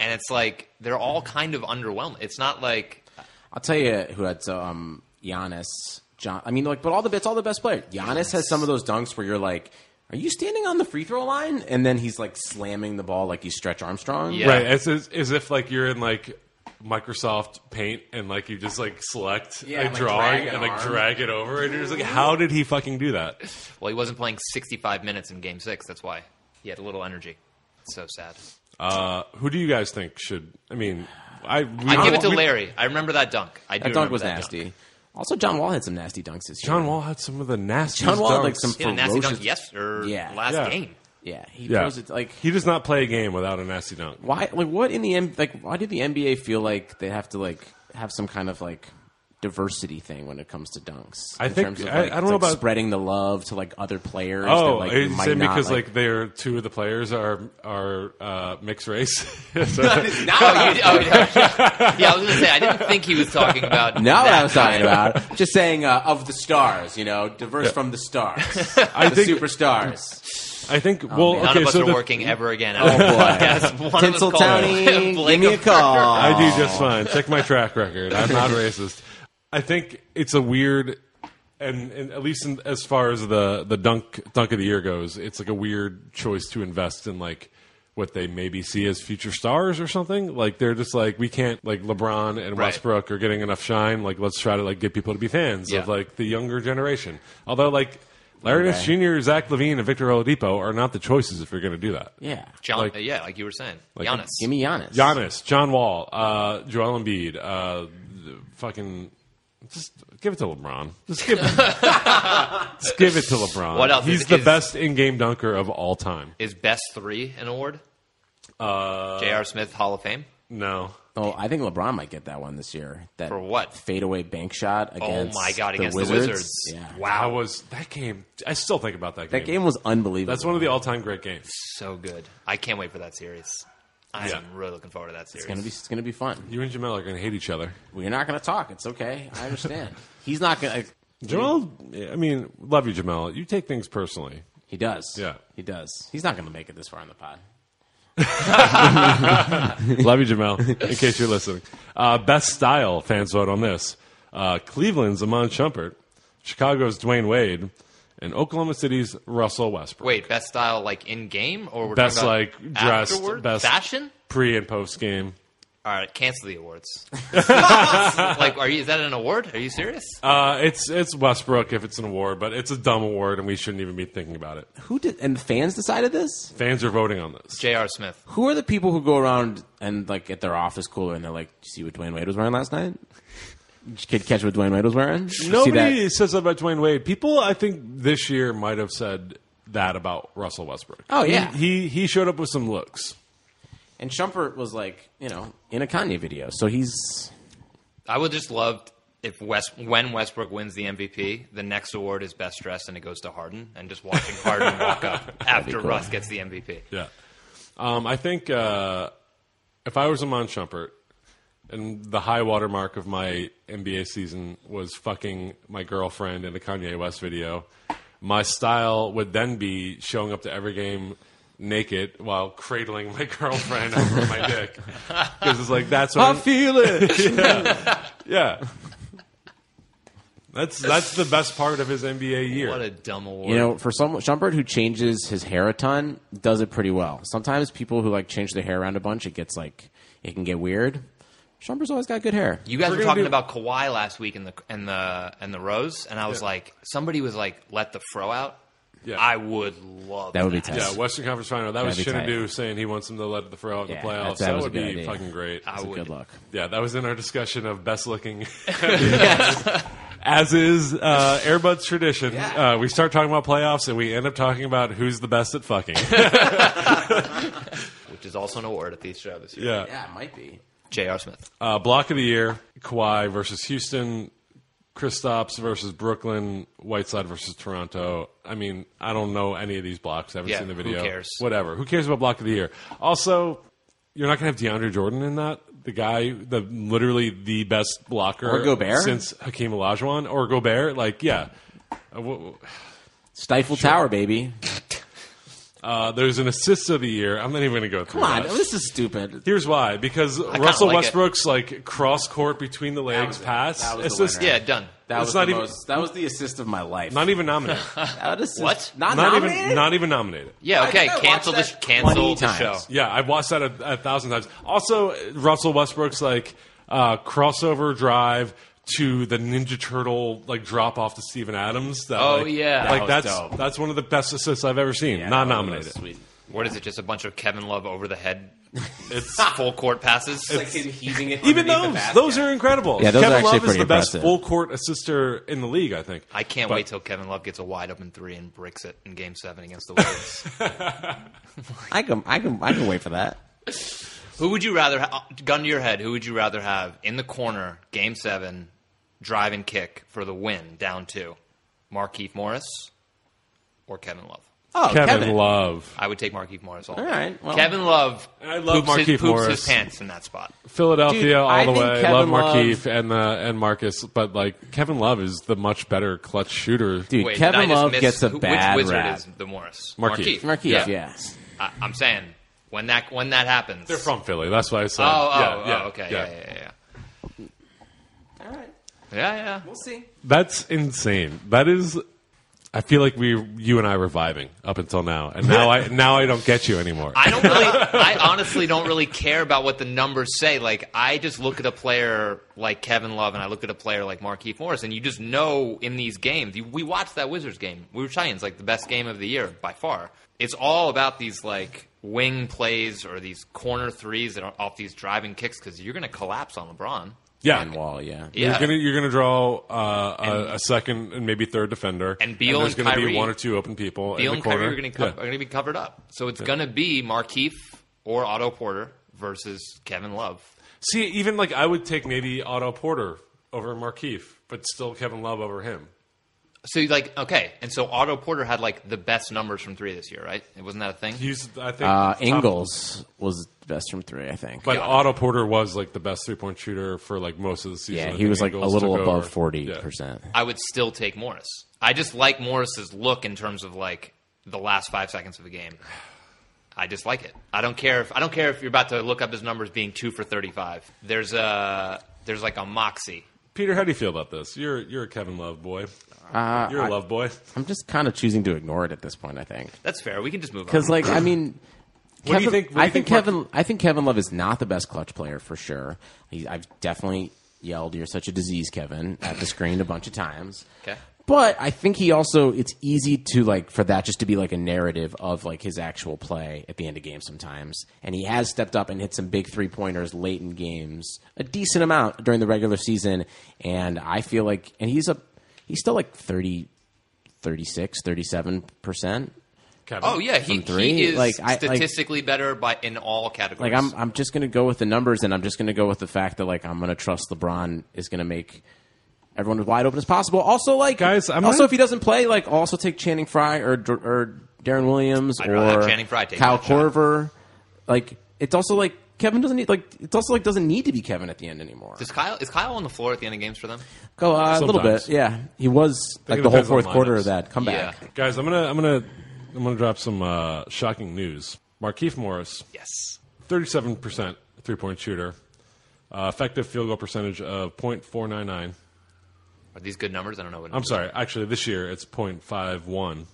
S3: and it's like they're all kind of underwhelming. It's not like
S1: I'll tell you who had um Giannis. John, I mean, like, but all the it's all the best player. Giannis has some of those dunks where you're like, "Are you standing on the free throw line?" And then he's like slamming the ball like you stretch Armstrong.
S3: Yeah.
S2: Right. It's as, as if like you're in like Microsoft Paint and like you just like select
S1: Yeah,
S2: a
S1: and, like,
S2: drawing
S1: drag an
S2: and like
S1: arm.
S2: drag it over, and you're just like, how did he fucking do that?
S3: well, he wasn't playing 65 minutes in Game Six. That's why he had a little energy. It's so sad.
S2: Uh, who do you guys think should? I mean, I we,
S3: I give it to
S2: we-
S3: Larry. I remember that dunk. I do
S1: that dunk
S3: remember
S1: was
S3: that
S1: nasty. Also, John Wall had some nasty dunks this year.
S2: John Wall had some of the nastiest.
S1: John Wall had, like,
S2: dunks.
S1: some
S3: He had a nasty
S1: ferocious-
S3: dunk yesterday,
S1: Yeah.
S3: last
S2: Yeah.
S3: game.
S1: Yeah, he
S2: Yeah.
S1: throws it like
S2: He does not play a game without a nasty dunk.
S1: why like what in the M- like why do the NBA feel like they have to like have some kind of like diversity thing when it comes to dunks?
S2: I
S1: In
S2: think-
S1: terms of,
S2: I-
S1: like,
S2: I don't
S1: it's,
S2: know
S1: like,
S2: about-
S1: spreading the love to like other players.
S2: Oh,
S1: that, like,
S2: it's
S1: might
S2: in
S1: not,
S2: because like, they're two of the players are are uh, mixed race. So-
S3: Oh, you, oh, yeah, yeah. Yeah, I was gonna say I didn't think he was talking about.
S1: Now what
S3: that
S1: I was talking
S3: kind.
S1: about, just saying uh, of the stars, you know, diverse from the stars,
S2: I
S1: the
S2: think
S1: superstars.
S2: I think well
S1: man.
S2: okay
S3: None of us
S2: so
S3: are
S2: the-
S3: working ever again.
S1: Oh boy, Tinsel Townie, give me a call.
S2: I do just fine. Check my track record. I'm not racist. I think it's a weird and, and at least in, as far as the the dunk dunk of the year goes, it's like a weird choice to invest in like what they maybe see as future stars or something. Like they're just like we can't like LeBron and
S3: Right.
S2: Westbrook are getting enough shine. Like let's try to like get people to be fans
S3: Yeah.
S2: of like the younger generation. Although like Larry Nance Jr., Zach Levine, and Victor Oladipo are not the choices if you're going to do that.
S1: Yeah,
S3: John,
S2: Like-
S3: yeah, like you were saying, Giannis.
S1: give me Giannis.
S2: Giannis, John Wall, uh, Joel Embiid, uh, th- fucking. Just give it to LeBron. Just give it. just give it to LeBron.
S3: What else?
S2: He's
S3: Is-
S2: the
S3: is-
S2: best in-game dunker of all time.
S3: is best three an award?
S2: Uh,
S3: J.R. Smith Hall of Fame.
S2: no.
S1: Oh, I think LeBron might get that one this year. That
S3: For what?
S1: fadeaway bank shot
S3: Oh
S1: against?
S3: my God!
S1: the
S3: Against
S1: Wizards.
S3: the Wizards.
S1: Yeah,
S2: I
S3: Wow,
S2: was that game. I still think about that game.
S1: that game was unbelievable.
S2: That's one of the all-time great games.
S3: so good. I can't wait for that series. I'm
S2: Yeah.
S3: really looking forward to that series.
S1: It's gonna be it's gonna be fun.
S2: You and Jamel are going to hate each other.
S1: We're not gonna talk. It's okay. I understand. He's not gonna.
S2: Jamel, I mean, love you, Jamel. You take things personally.
S1: He does.
S2: Yeah.
S1: he does. He's not gonna make it this far in the pod.
S2: Love you, Jamel, in case you're listening. Uh, best style, fans vote on this. Uh, Cleveland's Amon Shumpert, Chicago's Dwayne Wade, and Oklahoma City's Russell Westbrook.
S3: Wait, best style like in game or we're
S2: Best,
S3: talking about
S2: like, dressed,
S3: afterward?
S2: best-
S3: fashion?
S2: Pre and post game.
S3: All right, cancel the awards. like, are you? Is that an award? Are you serious?
S2: Uh, it's it's Westbrook if it's an award, but it's a dumb award, and we shouldn't even be thinking about it.
S1: Who did? And the fans decided this.
S2: Fans are voting on this.
S3: J.R. Smith.
S1: Who are the people who go around and like at their office cooler and they're like, "Did you see what Dwayne Wade was wearing last night? Did you kid catch what Dwayne Wade was wearing? Did you see that?
S2: Nobody says that about Dwayne Wade. People, I think this year might have said that about Russell Westbrook.
S1: Oh,
S2: He-
S1: yeah.
S2: he he, showed up with some looks.
S1: And Shumpert was like, you know, in a Kanye video, so he's
S3: I would just love if West when Westbrook wins the MVP, the next award is best dressed, and it goes to Harden, and just watching Harden walk up after
S1: cool.
S3: Russ gets the MVP.
S2: Yeah, um, I think uh, if I was Amon Shumpert, and the high water mark of my NBA season was fucking my girlfriend in a Kanye West video, my style would then be showing up to every game naked while cradling my girlfriend over my dick because it's like that's what I'm-
S1: feel it.
S2: Yeah. That's that's the best part of his NBA year.
S3: What a dumb award!
S1: you know, for some Shumpert who changes his hair a ton does it pretty well. Sometimes people who like change their hair around a bunch, it gets like it can get weird. Shumpert's always got good hair.
S3: You guys
S2: We're
S3: were,
S2: gonna
S3: talking
S2: do-
S3: about Kawhi last week in the and the and the Rose, and I was like, somebody was like, "Let the fro out."
S2: Yeah.
S3: I would love
S1: that would be
S3: tight.
S1: tough.
S2: yeah, Western Conference Final. That was
S1: That'd be
S2: Shinadu saying he wants him to let the throw out in
S1: Yeah,
S2: the
S1: that-
S2: playoffs.
S1: that
S2: That,
S1: was a
S2: would be
S1: good idea.
S2: fucking great.
S3: I would.
S1: Good luck.
S2: yeah, that was in our discussion of best looking. As is uh, Airbud's tradition, uh, we start talking about playoffs and we end up talking about who's the best at fucking.
S3: which is also an award at these shows this year.
S2: yeah.
S1: Yeah, it might be.
S3: J.R. Smith.
S2: Uh, block of the year: Kawhi versus Houston, Kristaps versus Brooklyn, Whiteside versus Toronto. I mean, I don't know any of these blocks. I haven't
S3: Yeah,
S2: seen the
S3: who
S2: video.
S3: cares?
S2: Whatever. Who cares about block of the year? Also, you're not going to have DeAndre Jordan in that. The guy, the literally the best blocker
S1: Or Gobert?
S2: since Hakeem Olajuwon or Gobert. Like, yeah. Uh, wh-
S1: Stifle Tower, baby.
S2: uh, there's an assist of the year. I'm not even going to go through.
S1: Come on,
S2: that.
S1: this is stupid.
S2: Here's why: because Russell
S3: like it.
S2: Westbrook's like cross court between the legs
S1: was it.
S2: pass.
S1: That was the
S2: assist-
S1: winner.
S3: Yeah, done.
S1: That
S2: It's
S1: was
S2: not
S1: the
S2: even-
S1: most. That was the assist of my life.
S2: Not even nominated.
S1: That assist-
S3: What?
S1: Not,
S2: not
S1: nominated?
S2: even not even nominated.
S3: Yeah,
S1: I
S3: okay.
S1: think I
S3: Cancel the
S1: watched
S3: sh-
S1: that
S3: cancel
S1: 20
S3: the show.
S1: times.
S2: Yeah, I've watched that a, a thousand times. Also, Russell Westbrook's like uh, crossover drive to the Ninja Turtle like drop off to Steven Adams. That,
S3: Oh,
S2: like-
S3: yeah. That
S2: like
S1: was
S2: that's
S1: dope.
S2: that's one of the best assists I've ever seen.
S1: Yeah,
S2: not
S1: that was
S2: nominated.
S1: Sweet.
S3: What is it? Just a bunch of Kevin Love over the head. It's full court passes.
S1: Like him heaving it. underneath
S2: Even
S1: the
S2: those,
S1: basket.
S2: those are incredible.
S1: Yeah, those are
S2: Kevin
S1: actually
S2: Love is
S1: pretty
S2: the best
S1: impressive.
S2: full court assister in the league. I think.
S3: I can't
S2: But-
S3: wait till Kevin Love gets a wide open three and bricks it in Game Seven against the Warriors.
S1: I can, I can, I can wait for that.
S3: who would you rather? Ha- gun to your head. Who would you rather have in the corner? Game Seven, drive and kick for the win, down two. Markeith Morris or Kevin Love.
S1: Oh,
S2: Kevin, Love,
S3: I would take Markeith Morris all,
S1: All right, well-
S3: Kevin Love.
S2: I love
S3: poops
S2: Markieff
S3: his, poops
S2: Morris.
S3: his pants in that spot.
S2: Philadelphia
S1: Dude,
S2: all
S1: I
S2: the
S1: think
S2: way.
S1: Kevin
S2: love
S1: Love-
S2: Markeith and uh, and Marcus, but like Kevin Love is the much better clutch shooter.
S1: Dude,
S3: Wait, did I
S1: Kevin
S3: just
S1: Love
S3: miss-
S1: gets a
S3: who-
S1: bad
S3: Which wizard
S1: rap.
S3: is the Morris?
S2: Markieff.
S1: Marquise, yeah.
S3: I, I'm saying when that when that happens.
S2: They're from Philly. That's why I said.
S3: Oh, oh,
S2: yeah, yeah,
S3: oh, okay, yeah, yeah, yeah, yeah.
S1: All right,
S3: Yeah, yeah.
S1: we'll see.
S2: That's insane. That is. I feel like we, you and I, were vibing up until now, and now I, now I don't get you anymore.
S3: I don't really. I honestly don't really care about what the numbers say. Like, I just look at a player like Kevin Love, and I look at a player like Markeith Morris, and you just know in these games. You, we watched that Wizards game. We were saying it's like the best game of the year by far. It's all about these like wing plays or these corner threes that are off these driving kicks because you're going to collapse on LeBron.
S2: yeah,
S1: And Wall, yeah.
S3: Yeah.
S2: you're gonna you're gonna draw uh, a, a second and maybe third defender,
S3: And Beal
S2: there's
S3: and
S2: gonna
S3: Kyrie-
S2: be one or two open people
S3: Beal
S2: in
S3: and
S2: the corner.
S3: Kyrie are going to
S2: Yeah.
S3: be covered up. So it's going to be Markeith or Otto Porter versus Kevin Love.
S2: See, even like I would take maybe Otto Porter over Markeef, but still Kevin Love over him.
S3: So you like okay, and so Otto Porter had like the best numbers from three this year, right? It wasn't that a thing.
S2: He's I think
S1: Uh,
S2: top-
S1: Ingles was best from three, I think.
S2: But Otto Porter was like the best three point shooter for like most of the season.
S1: yeah,
S2: I
S1: he
S2: think
S1: was like a
S2: Ingles
S1: little
S2: took
S1: above
S2: over.
S1: forty
S2: Yeah.
S1: percent.
S3: I would still take Morris. I just like Morris's look in terms of like the last five seconds of a game. I just like it. I don't care if I don't care if you're about to look up his numbers being two for thirty five. There's a there's like a moxie.
S2: Peter, how do you feel about this? You're you're a Kevin Love boy.
S1: Uh,
S2: You're a Love boy.
S1: I'm just kind of choosing to ignore it at this point. I think
S3: That's fair. We can just move on.
S1: because, like, I mean, Kevin,
S2: What do you think- what do
S1: I
S2: you
S1: think,
S2: think Mark-
S1: Kevin. I think Kevin Love is not the best clutch player for sure. He, I've definitely yelled, "You're such a disease, Kevin," at the screen a bunch of times.
S3: Okay.
S1: But I think he also it's easy to like for that just to be like a narrative of like his actual play at the end of games sometimes. And he has stepped up and hit some big three pointers late in games, a decent amount during the regular season. And I feel like and he's a he's still like 30 36 37 percent.
S2: Kevin.
S3: oh yeah, he,
S1: From three?
S3: he is
S1: Like, I- like-
S3: statistically better by in all categories.
S1: Like I'm I'm just gonna go with the numbers and I'm just gonna go with the fact that like I'm gonna trust LeBron is gonna make everyone as wide open as possible. Also like
S2: Guys, I'm
S1: also
S2: not-
S1: if he doesn't play, like also take Channing Frye or Dr- or Darren Williams
S3: I'd rather
S1: or
S3: have Channing Frye take
S1: Kyle
S3: that shot.
S1: Corver. Like it's also like Kevin doesn't need like it's also like doesn't need to be Kevin at the end anymore.
S3: Is Kyle is Kyle on the floor at the end of games for them?
S1: Go uh, a little
S2: Sometimes.
S1: bit, yeah. He was like
S2: it
S1: the whole
S2: depends on
S1: fourth quarter
S2: lineups.
S1: of that comeback.
S3: Yeah.
S2: guys, I'm gonna I'm gonna I'm gonna drop some uh, shocking news. Markeith Morris,
S3: Yes.
S2: 37% three point shooter, uh, effective field goal percentage of .499.
S3: Are these good numbers? I don't know what.
S2: I'm sorry. Actually, this year it's .51.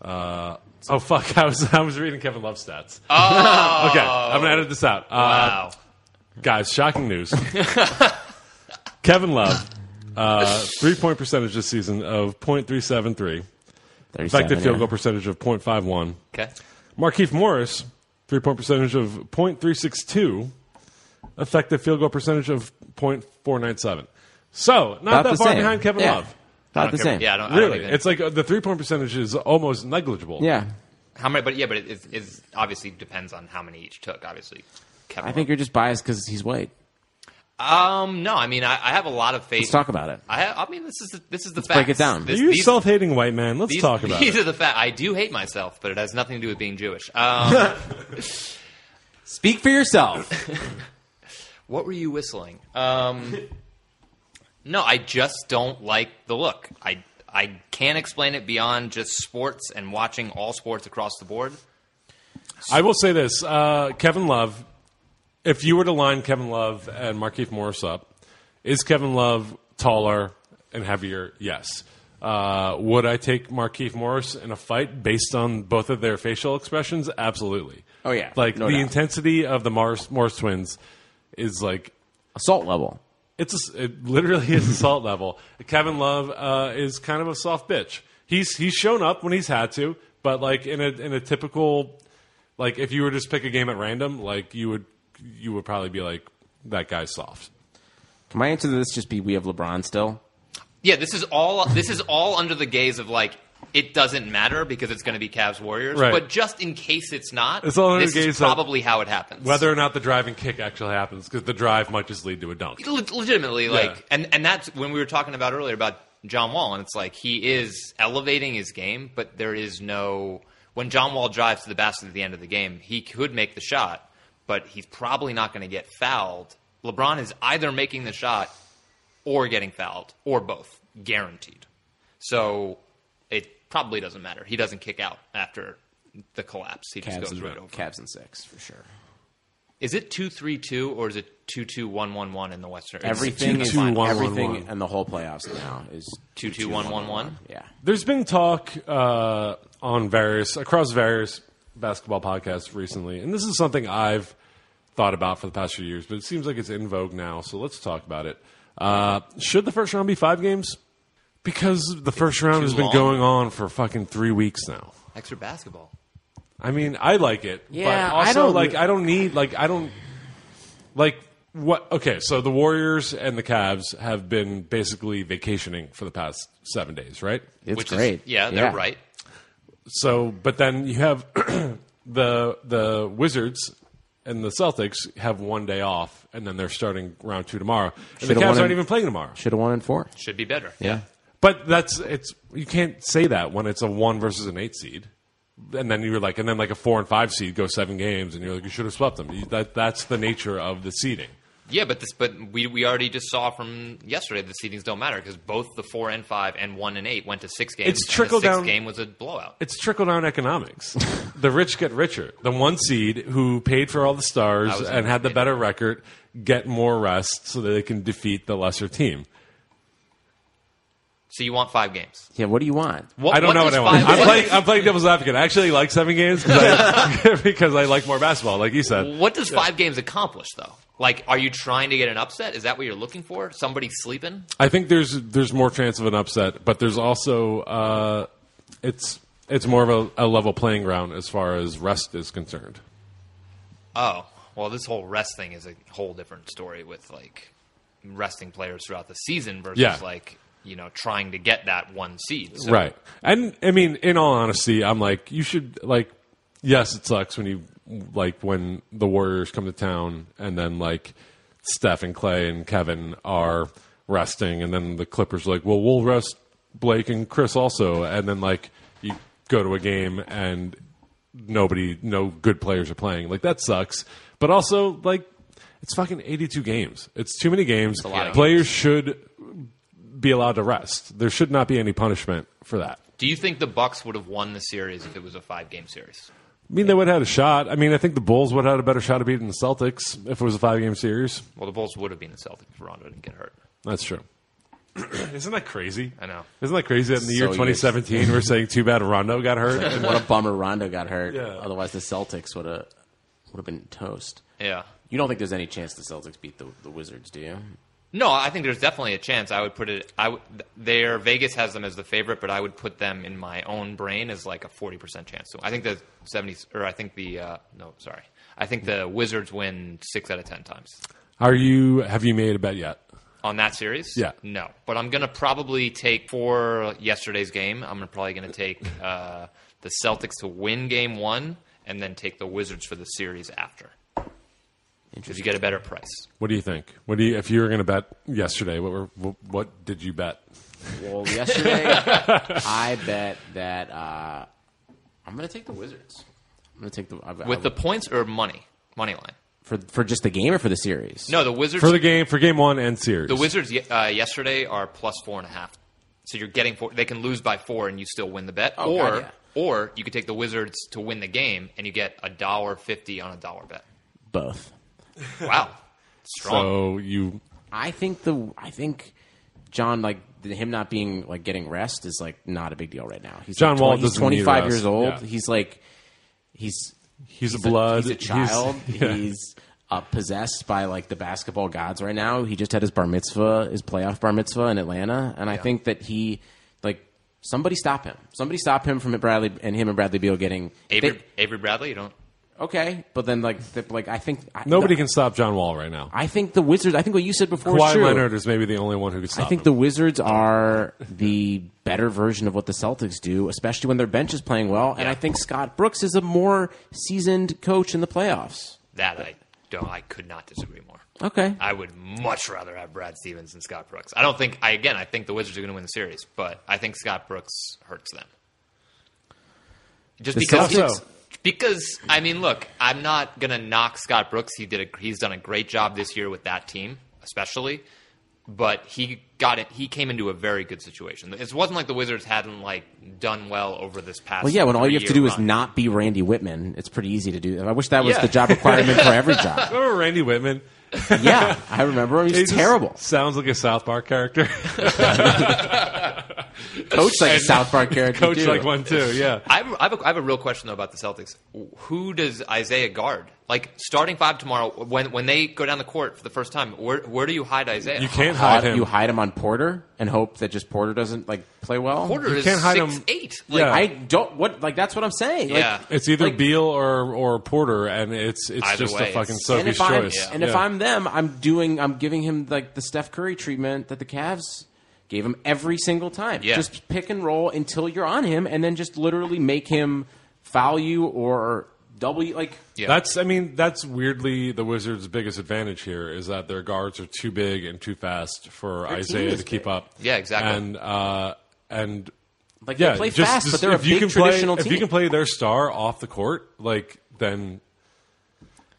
S2: Uh, oh fuck! I was I was reading Kevin Love stats.
S3: Oh.
S2: okay, I'm gonna edit this out. Uh,
S3: Wow.
S2: Guys, shocking news. Kevin Love, uh, three point percentage this season of .373,
S1: 37,
S2: effective field
S1: yeah.
S2: goal percentage of .51.
S3: Okay.
S2: Markeith Morris, three point percentage of .362, effective field goal percentage of .497. So not
S1: About
S2: that
S1: the
S2: far
S1: same.
S2: behind Kevin
S1: Yeah.
S2: Love.
S1: About the same.
S3: Yeah. I don't, I don't
S2: Really,
S3: even-
S2: it's like uh, the three point percentage is almost negligible.
S1: yeah.
S3: How many? But yeah, but it, it, it's obviously depends on how many each took. Obviously, Kevin.
S1: I think you're just biased because he's white.
S3: Um, no, I mean, I, I have a lot of faith.
S1: Let's talk about it.
S3: I, ha- I mean, this is the, this is the
S1: break
S3: facts.
S1: it down.
S3: This,
S2: You're a
S3: these-
S2: self-hating white man. Let's
S3: these-
S2: talk about
S3: these
S2: it.
S3: are the fact. I do hate myself, but it has nothing to do with being Jewish. Um,
S1: Speak for yourself.
S3: what were you whistling? Um, no, I just don't like the look. I I can't explain it beyond just sports and watching all sports across the board.
S2: I will say this: uh, Kevin Love. If you were to line Kevin Love and Markeith Morris up, is Kevin Love taller and heavier? Yes. Uh, would I take Markeith Morris in a fight based on both of their facial expressions? Absolutely.
S1: Oh, yeah.
S2: Like
S1: No
S2: the
S1: doubt.
S2: intensity of the Morris, Morris twins is like
S1: Assault level.
S2: it's a s it literally is assault level. Kevin Love uh, is kind of a soft bitch. He's he's shown up when he's had to, but like in a in a typical like if you were to just pick a game at random, like you would you would probably be like that guy's soft.
S1: Can my answer to this just be we have LeBron still?
S3: Yeah, this is all this is all under the gaze of like it doesn't matter because it's going to be Cavs Warriors.
S2: Right.
S3: But just in case it's not,
S2: It's all under
S3: this
S2: the
S3: is
S2: gaze of-
S3: probably how it happens.
S2: Whether or not the driving kick actually happens, because the drive might just lead to a dunk.
S3: Le- legitimately like
S2: Yeah.
S3: and and that's when we were talking about earlier about John Wall and it's like he is elevating his game but there is no when John Wall drives to the basket at the end of the game he could make the shot but he's probably not going to get fouled LeBron is either making the shot or getting fouled or both guaranteed so it probably doesn't matter he doesn't kick out after the collapse he just
S1: Cavs
S3: goes
S1: and,
S3: right over
S1: Cavs and six for sure.
S3: is it 232 or is it 22111 in the western it's
S1: Everything is
S2: 2-2-1-1-1.
S1: everything and the whole playoffs now is
S3: 22111
S1: yeah.
S2: There's been talk uh, on various across various basketball podcasts recently, and this is something I've thought about for the past few years, but it seems like it's in vogue now. So let's talk about it. Uh, should the first round be five games? Because the first round
S3: too
S2: has been
S3: long.
S2: going on for fucking three weeks now.
S3: extra basketball.
S2: I mean, I like it.
S1: Yeah,
S2: but also,
S1: I don't-
S2: like. I don't need like. I don't like what. Okay, so the Warriors and the Cavs have been basically vacationing for the past seven days, right?
S1: It's
S3: which
S1: great.
S3: Is, yeah, they're right.
S2: So, but then you have the the Wizards and the Celtics have one day off, and then they're starting round two tomorrow. And
S1: Should've
S2: the Cavs
S1: won
S2: aren't
S1: in-
S2: even playing tomorrow.
S1: Should have won in four.
S3: Should be better.
S1: Yeah.
S2: But that's it's you can't say that when it's a one versus an eight seed, and then you're like, and then like a four and five seed go seven games, and you're like, you should have swept them. You, that that's the nature of the seeding.
S3: Yeah, but this, but we, we already just saw from yesterday the seedings don't matter because both the four and five and one and eight went to six games.
S2: It's
S3: and the
S2: trickled
S3: sixth
S2: down-
S3: game was a blowout.
S2: It's trickle down economics. the rich get richer. The one seed who paid for all the stars
S3: I was
S2: and had
S3: gonna
S2: the
S3: say
S2: better record get more rest so that they can defeat the lesser team.
S3: So you want five games?
S1: Yeah. What do you want?
S3: What,
S2: I don't know what
S3: does
S2: I want.
S3: five-
S2: I'm
S3: what-
S2: playing, I'm playing devil's advocate. I actually like seven games 'cause I- because I like more basketball, like you said.
S3: What does five games accomplish, though? Like, are you trying to get an upset? Is that what you're looking for? Somebody sleeping?
S2: I think there's there's more chance of an upset, but there's also uh, it's it's more of a, a level playing ground as far as rest is concerned.
S3: Oh, well, this whole rest thing is a whole different story with like resting players throughout the season versus
S2: Yeah.
S3: like you know trying to get that one seed. So
S2: Right. And I mean, in all honesty, I'm like, you should like, yes, it sucks when you like when the Warriors come to town, and then like Steph and Clay and Kevin are resting, and then the Clippers are like, well, we'll rest Blake and Chris also, and then like you go to a game and nobody, no good players are playing. Like that sucks. But also like. It's fucking 82 games. It's too many games.
S3: lot of
S2: Players should be allowed to rest. There should not be any punishment for that.
S3: Do you think the Bucks would have won the series if it was a five game series?
S2: I mean, they would have had a shot. I mean, I think the Bulls would have had a better shot of beating the Celtics if it was a five game series.
S3: Well, the Bulls would have been the Celtics if Rondo didn't get hurt.
S2: That's true. Isn't that crazy?
S3: I know.
S2: Isn't that crazy that in the year
S1: So
S2: 2017 we're saying too bad Rondo got hurt?
S1: And what a bummer Rondo got hurt.
S2: Yeah.
S1: Otherwise, the Celtics would have would have been toast.
S3: Yeah.
S1: You don't think there's any chance the Celtics beat the, the Wizards, do you?
S3: No, I think there's definitely a chance. I would put it. I would, their Vegas has them as the favorite, but I would put them in my own brain as like a forty percent chance. So I think the seventies, or I think the uh, no, sorry, I think the Wizards win six out of ten times
S2: Are you? Have you made a bet yet?
S3: on that series.
S2: Yeah.
S3: no, but I'm gonna probably take for yesterday's game. I'm probably gonna take uh, the Celtics to win game one, and then take the Wizards for the series after because you
S1: Interesting.
S3: get a better price.
S2: What do you think? What do you? If you were going to bet yesterday, what were? wh- What did you bet?
S1: Well, yesterday I bet that uh, I'm going to take the Wizards. I'm going to take the I, I-
S3: With the points or money, money line.
S1: for for just the game or for the series.
S3: No, the Wizards
S2: For the game, for game one and series.
S3: The Wizards ye- uh, yesterday are plus four and a half, so you're getting four. They can lose by four and you still win the bet,
S1: Oh,
S3: or
S1: God, yeah.
S3: or you could take the Wizards to win the game and you get a dollar fifty on a dollar bet.
S1: both.
S3: Wow, strong.
S2: So you
S1: I think the I think John like the- him not being like getting rest is like not a big deal right now. He's
S2: John
S1: like,
S2: Wall
S1: he's
S2: doesn't need
S1: 25
S2: rest.
S1: years old.
S2: Yeah.
S1: He's like he's
S2: He's a
S1: a-
S2: blood.
S1: He's a
S2: He's-
S1: child. He's,
S2: yeah.
S1: uh, possessed by like the basketball gods right now. He just had his bar mitzvah, his playoff bar mitzvah in Atlanta, and I think that he like somebody stop him. Somebody stop him from Bradley and him and Bradley Beal getting
S3: Avery,
S1: they-
S3: Avery Bradley, you don't.
S1: okay, but then like the, like I think I,
S2: nobody
S1: the-
S2: can stop John Wall right now.
S1: I think the Wizards. I think what you said before is
S2: Kawhi
S1: true.
S2: Leonard is maybe the only one who can stop
S1: I think
S2: him.
S1: the Wizards are the better version of what the Celtics do, especially when their bench is playing well. And I think Scott Brooks is a more seasoned coach in the playoffs.
S3: That I don't. I could not disagree more.
S1: Okay.
S3: I would much rather have Brad Stevens than Scott Brooks. I don't think. I again, I think the Wizards are going to win the series, but I think Scott Brooks hurts them. Just
S1: The
S3: because,
S1: Celtics-
S3: because I mean, look, I'm not going to knock Scott Brooks. He did. A, he's done a great job this year with that team, especially. But he got it. He came into a very good situation. It wasn't like the Wizards hadn't like done well over this past.
S1: Well, yeah, when all you have to
S3: three-year
S1: do is
S3: run.
S1: not be Randy Whitman, it's pretty easy to do. I wish that was
S3: Yeah.
S1: the job requirement for every job.
S2: Remember Randy Whitman?
S1: Yeah, I remember him. He's
S2: He just
S1: terrible.
S2: Sounds like a South Park character.
S1: Coach like a South Park character.
S2: Coach
S1: too.
S2: like one too. Yeah.
S3: I have, I, have a, I have a real question though about the Celtics. Who does Isaiah guard? Like starting five tomorrow, when when they go down the court for the first time, where where do you hide Isaiah?
S2: You can't hide
S1: Hide-
S2: him.
S1: Uh, You hide him on Porter and hope that just Porter doesn't like play well.
S3: Porter is
S2: can't hide
S3: six
S2: him.
S3: eight. Like,
S2: Yeah.
S1: I don't what like that's what I'm saying. Like,
S3: yeah.
S2: It's either
S1: Like-
S2: Beal or or Porter, and it's it's
S3: Either
S2: just
S3: way,
S2: a fucking
S3: it's-
S1: and
S2: Sophie's
S1: if I'm
S2: choice.
S1: and
S2: Yeah.
S1: if I'm them, I'm doing I'm giving him like the Steph Curry treatment that the Cavs gave him every single time.
S3: Yeah.
S1: Just pick and roll until you're on him, and then just literally make him foul you or W like
S3: Yeah.
S2: That's I mean that's weirdly the Wizards' biggest advantage here is that their guards are too big and too fast for
S1: team
S2: Isaiah
S1: is
S2: to keep
S1: big.
S2: up.
S3: Yeah, exactly.
S2: And uh, and
S1: like
S2: yeah,
S1: they play
S2: just-
S1: fast,
S2: just
S1: but they're a
S2: if you
S1: big
S2: can
S1: traditional
S2: play,
S1: team.
S2: If you can play their star off the court, like then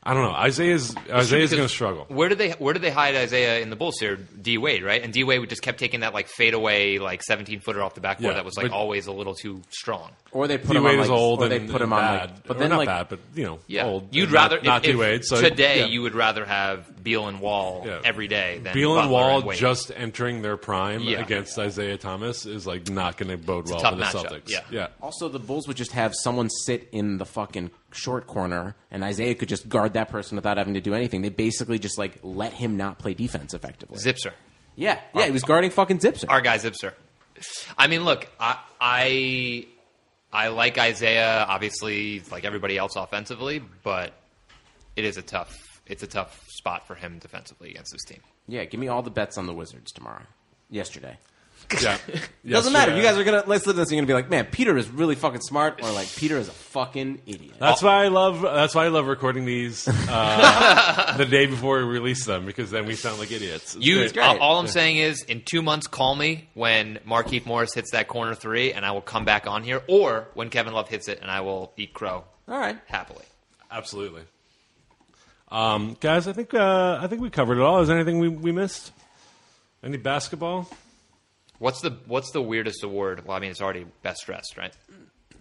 S2: I don't know. Isaiah's Isaiah's
S3: Because
S2: going to struggle.
S3: Where did they Where did they hide Isaiah in the Bulls here? D Wade, right? And D Wade just kept taking that like fadeaway, like seventeen footer off the backboard
S2: Yeah,
S3: that was like
S2: but-
S3: always a little too strong.
S1: or they put
S2: D
S1: him on
S2: Wade
S1: like,
S2: is old,
S1: or
S2: and,
S1: they put him
S2: and
S1: on
S2: bad,
S1: like,
S2: but
S1: but then
S2: not
S1: like
S2: bad, but you know,
S3: Yeah,
S2: old.
S3: you'd
S2: and
S3: rather
S2: not, not
S3: if,
S2: D Wade.
S3: If
S2: So
S3: today
S2: yeah.
S3: you would rather have Beal and Wall
S2: Yeah.
S3: every day than
S2: Beal and
S3: Butler
S2: Wall
S3: Wade.
S2: just entering their prime
S3: Yeah.
S2: against Isaiah Thomas is like not going to bode well
S3: tough
S2: for the
S3: matchup,
S2: Celtics.
S3: yeah.
S1: Also, the Bulls would just have someone sit in the fucking short corner, and Isaiah could just guard that person without having to do anything. They basically just like let him not play defense effectively.
S3: Zipser,
S1: Yeah, yeah, he was guarding fucking Zipser.
S3: our guy Zipser. I mean, look, I I, I like Isaiah obviously, like everybody else offensively, but it is a tough it's a tough spot for him defensively against this team.
S1: yeah, give me all the bets on the Wizards tomorrow. Yesterday.
S2: yeah, yeah.
S1: Doesn't matter.
S2: Yesterday-
S1: You guys are gonna listen to this. and You're gonna be like, man, Peter is really fucking smart, or like Peter is a fucking idiot.
S2: That's why I love. That's why I love recording these uh, the day before we release them because then we sound like idiots. It's
S3: You,
S2: great.
S1: great.
S3: all- all I'm saying is, in two months, call me when Markeith Morris hits that corner three, and I will come back on here, or when Kevin Love hits it, and I will eat crow
S1: All right.
S3: happily.
S2: absolutely, um, guys. I think uh, I think we covered it all. Is there anything we, we missed? Any basketball?
S3: What's the What's the weirdest award? Well, I mean, it's already best dressed, right?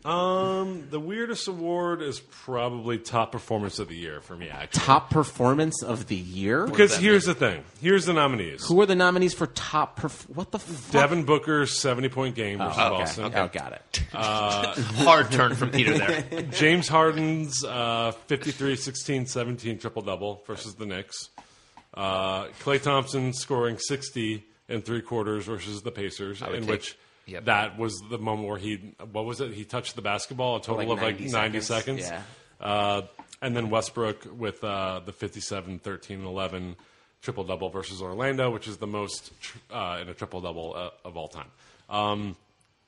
S2: Um, the weirdest award is probably top performance of the year for me. Actually,
S1: Top performance of the year.
S2: because here's the thing. Here's the nominees.
S1: Who are the nominees for top? Perf- what the fuck?
S2: Devin Booker's 70 point game versus
S1: Okay.
S2: Boston.
S1: Oh, got it.
S3: Hard turn from Peter there.
S2: James Harden's uh, 53, 16, 17 triple double versus the Knicks. Uh, Clay Thompson scoring 60 and three quarters versus the Pacers, in
S3: would take-
S2: which
S3: yep.
S2: that was the moment where he, what was it? He touched the basketball a total
S1: Like
S2: of like
S1: 90
S2: 90
S1: seconds,
S2: seconds. Uh, and then Westbrook with uh, the 57, 13, and 11 triple double versus Orlando, which is the most tr- uh, in a triple double uh, of all time. Um,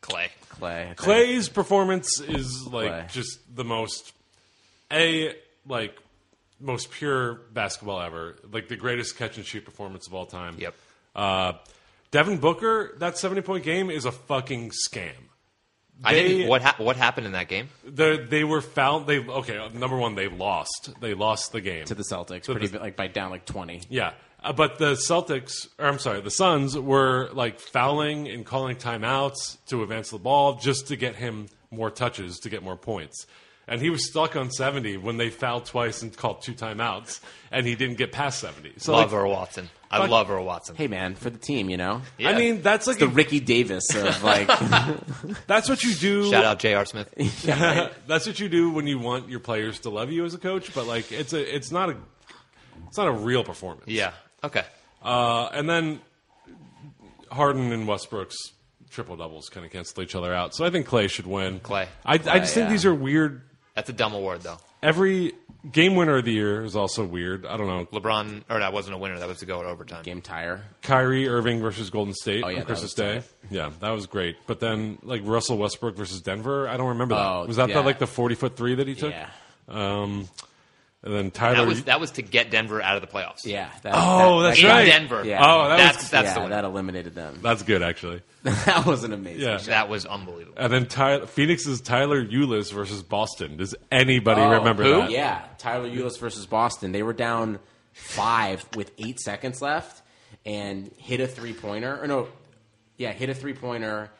S3: Clay.
S1: Clay. I think.
S2: Clay's performance is like
S1: Clay.
S2: just the most a like most pure basketball ever, like the greatest catch and shoot performance of all time.
S3: Yep.
S2: Uh, Devin Booker, that seventy point game is a fucking scam.
S3: I
S2: They-
S3: didn't. What ha- What happened in that game?
S2: They they were found. They okay. Number one, they lost. They lost the game
S1: to the Celtics,
S2: So
S1: pretty
S2: the-
S1: bi- like by down like twenty.
S2: Yeah. Uh, but the Celtics, or I'm sorry, the Suns were like fouling and calling timeouts to advance the ball just to get him more touches, to get more points. And he was stuck on 70 when they fouled twice and called two timeouts, and he didn't get past 70. So,
S3: Love
S2: like,
S3: Earl Watson. I
S2: Fuck.
S3: love Earl Watson.
S1: Hey man, for the team, you know,
S3: Yeah.
S2: I mean, that's like
S1: the
S2: a-
S1: Ricky Davis of like.
S2: that's what you do.
S3: Shout out J.R. Smith.
S2: that's what you do when you want your players to love you as a coach. But like, it's a, it's not a, it's not a real performance.
S3: Yeah. Okay.
S2: Uh, and then Harden and Westbrook's triple doubles kind of cancel each other out. So I think Clay should win.
S3: Clay.
S2: I, I just think
S1: yeah.
S2: these are weird.
S3: That's a dumb award, though.
S2: Every game winner of the year is also weird. I don't know.
S3: LeBron, or that wasn't a winner. That was to go at overtime.
S1: Game tire.
S2: Kyrie Irving versus Golden State
S1: Oh, yeah,
S2: on
S1: that was
S2: Christmas Day. Yeah, that was great. But then like Russell Westbrook versus Denver, I don't remember that.
S1: Oh,
S2: was that the,
S1: yeah.
S2: like the forty foot three that he took?
S1: Yeah,
S2: Um, and then Tyler.
S3: That was that was to get Denver out of the playoffs.
S1: yeah. That,
S2: Oh,
S1: that-
S2: that's
S3: In
S1: that-
S2: right.
S3: Denver.
S1: Yeah.
S2: Oh, that
S3: that's
S2: was-
S3: that's
S1: yeah,
S3: the one.
S1: that eliminated them.
S2: that's good actually.
S1: that was an amazing.
S2: Yeah.
S1: shot.
S3: That was unbelievable.
S1: Uh,
S2: And then Ty- Phoenix's Tyler Eulis versus Boston. Does anybody
S1: Oh,
S2: remember
S3: who?
S2: that?
S1: Yeah, Tyler Ulis versus Boston. They were down five with eight seconds left and hit a three pointer. Or no, yeah, hit a three pointer,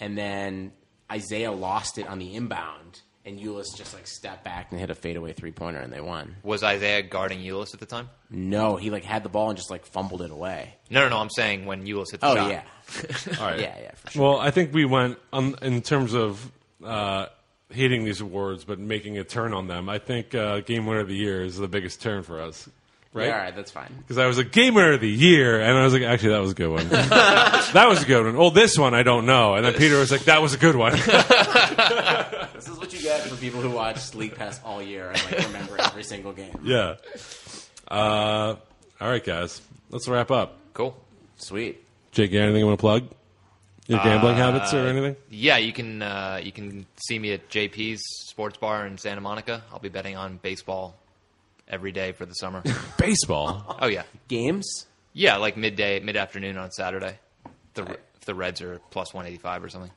S1: and then Isaiah lost it on the inbound, and Ulis just like stepped back and hit a fadeaway three pointer, and they won.
S3: Was Isaiah guarding Ulyss at the time?
S1: No, he like had the ball and just like fumbled it away.
S3: No, no, no. I'm saying when Ulyss hit the
S1: Mm-hmm. Oh
S3: shot.
S1: yeah,
S2: All right.
S1: yeah, yeah. For sure.
S2: Well, I think we went um, in terms of uh, hating these awards, but making a turn on them. I think uh, Game Winner of the Year is the biggest turn for us,
S1: Yeah, all
S2: right?
S1: right, that's fine.
S2: Because I was like Game Winner of the Year, and I was like, actually, that was a good one. that was a good one. Oh, this one I don't know. And then Peter was like, that was a good one.
S1: This is what you get for people who watch League Pass all year and like remember every single game.
S2: yeah. Uh, all right, guys, let's wrap up.
S3: Cool.
S1: Sweet.
S2: Jake, you got anything you want to plug? Your gambling
S3: Uh,
S2: habits or anything?
S3: Yeah, you can uh, you can see me at JP's Sports Bar in Santa Monica. I'll be betting on baseball every day for the summer.
S2: Baseball.
S3: oh yeah,
S1: Games?
S3: yeah, like midday, mid afternoon on Saturday. The if the Reds are plus one eighty five or something.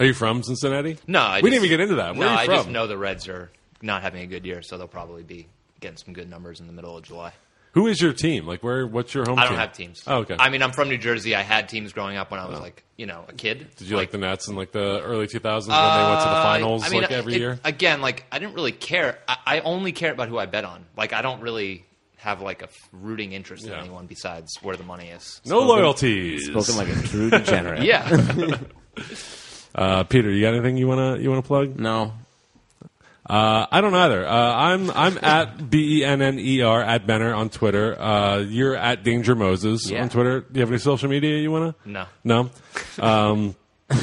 S2: Are you from Cincinnati?
S3: No, I
S2: we didn't
S3: just-
S2: even get into that. Where
S3: no,
S2: are you
S3: I
S2: from?
S3: just know the Reds are not having a good year, so they'll probably be getting some good numbers in the middle of July.
S2: Who is your team? Like, where? What's your home?
S3: I don't
S2: team?
S3: have teams.
S2: Oh, okay. Oh.
S3: I mean, I'm from New Jersey. I had teams growing up when I was like, you know, a kid.
S2: Did you like, the Nets in like the early 2000s when they went to the
S3: Uh,
S2: finals
S3: I mean,
S2: like every
S3: it-
S2: year?
S3: Again, like I didn't really care. I, I only care about who I bet on. Like I don't really have like a f- rooting interest in
S2: Yeah.
S3: anyone besides where the money is.
S2: No loyalties.
S1: Spoken like a true degenerate.
S3: Yeah,
S2: Uh, Peter, you got anything you wanna you wanna plug?
S1: No.
S2: Uh, I don't either. Uh, I'm I'm at b e n n e r at Benner on Twitter. Uh, you're at Danger Moses
S1: Yeah.
S2: on Twitter. Do you have any social media you wanna?
S3: No.
S2: No. Um,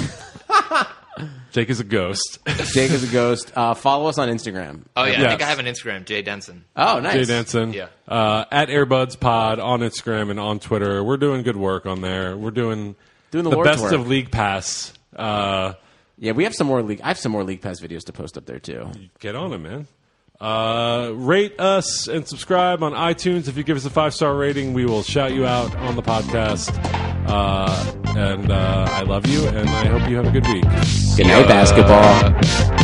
S2: Jake is a ghost.
S1: Jake is a ghost. Uh, follow us on Instagram.
S3: oh yeah. I
S2: Yeah.
S3: think I have an Instagram, Jay Denson.
S1: Oh, nice.
S2: Jay Danson.
S3: Yeah.
S2: Uh, at Airbuds Pod on Instagram and on Twitter. We're doing good work on there. We're doing,
S1: Doing the Lord's
S2: best
S1: work.
S2: of League Pass. Uh,
S1: Yeah, we have some more league. I have some more league pass videos to post up there too.
S2: get on it, man. Uh, rate us and subscribe on iTunes. If you give us a five star rating, we will shout you out on the podcast. Uh, and uh, I love you, and I hope you have a good week.
S1: Good night, basketball.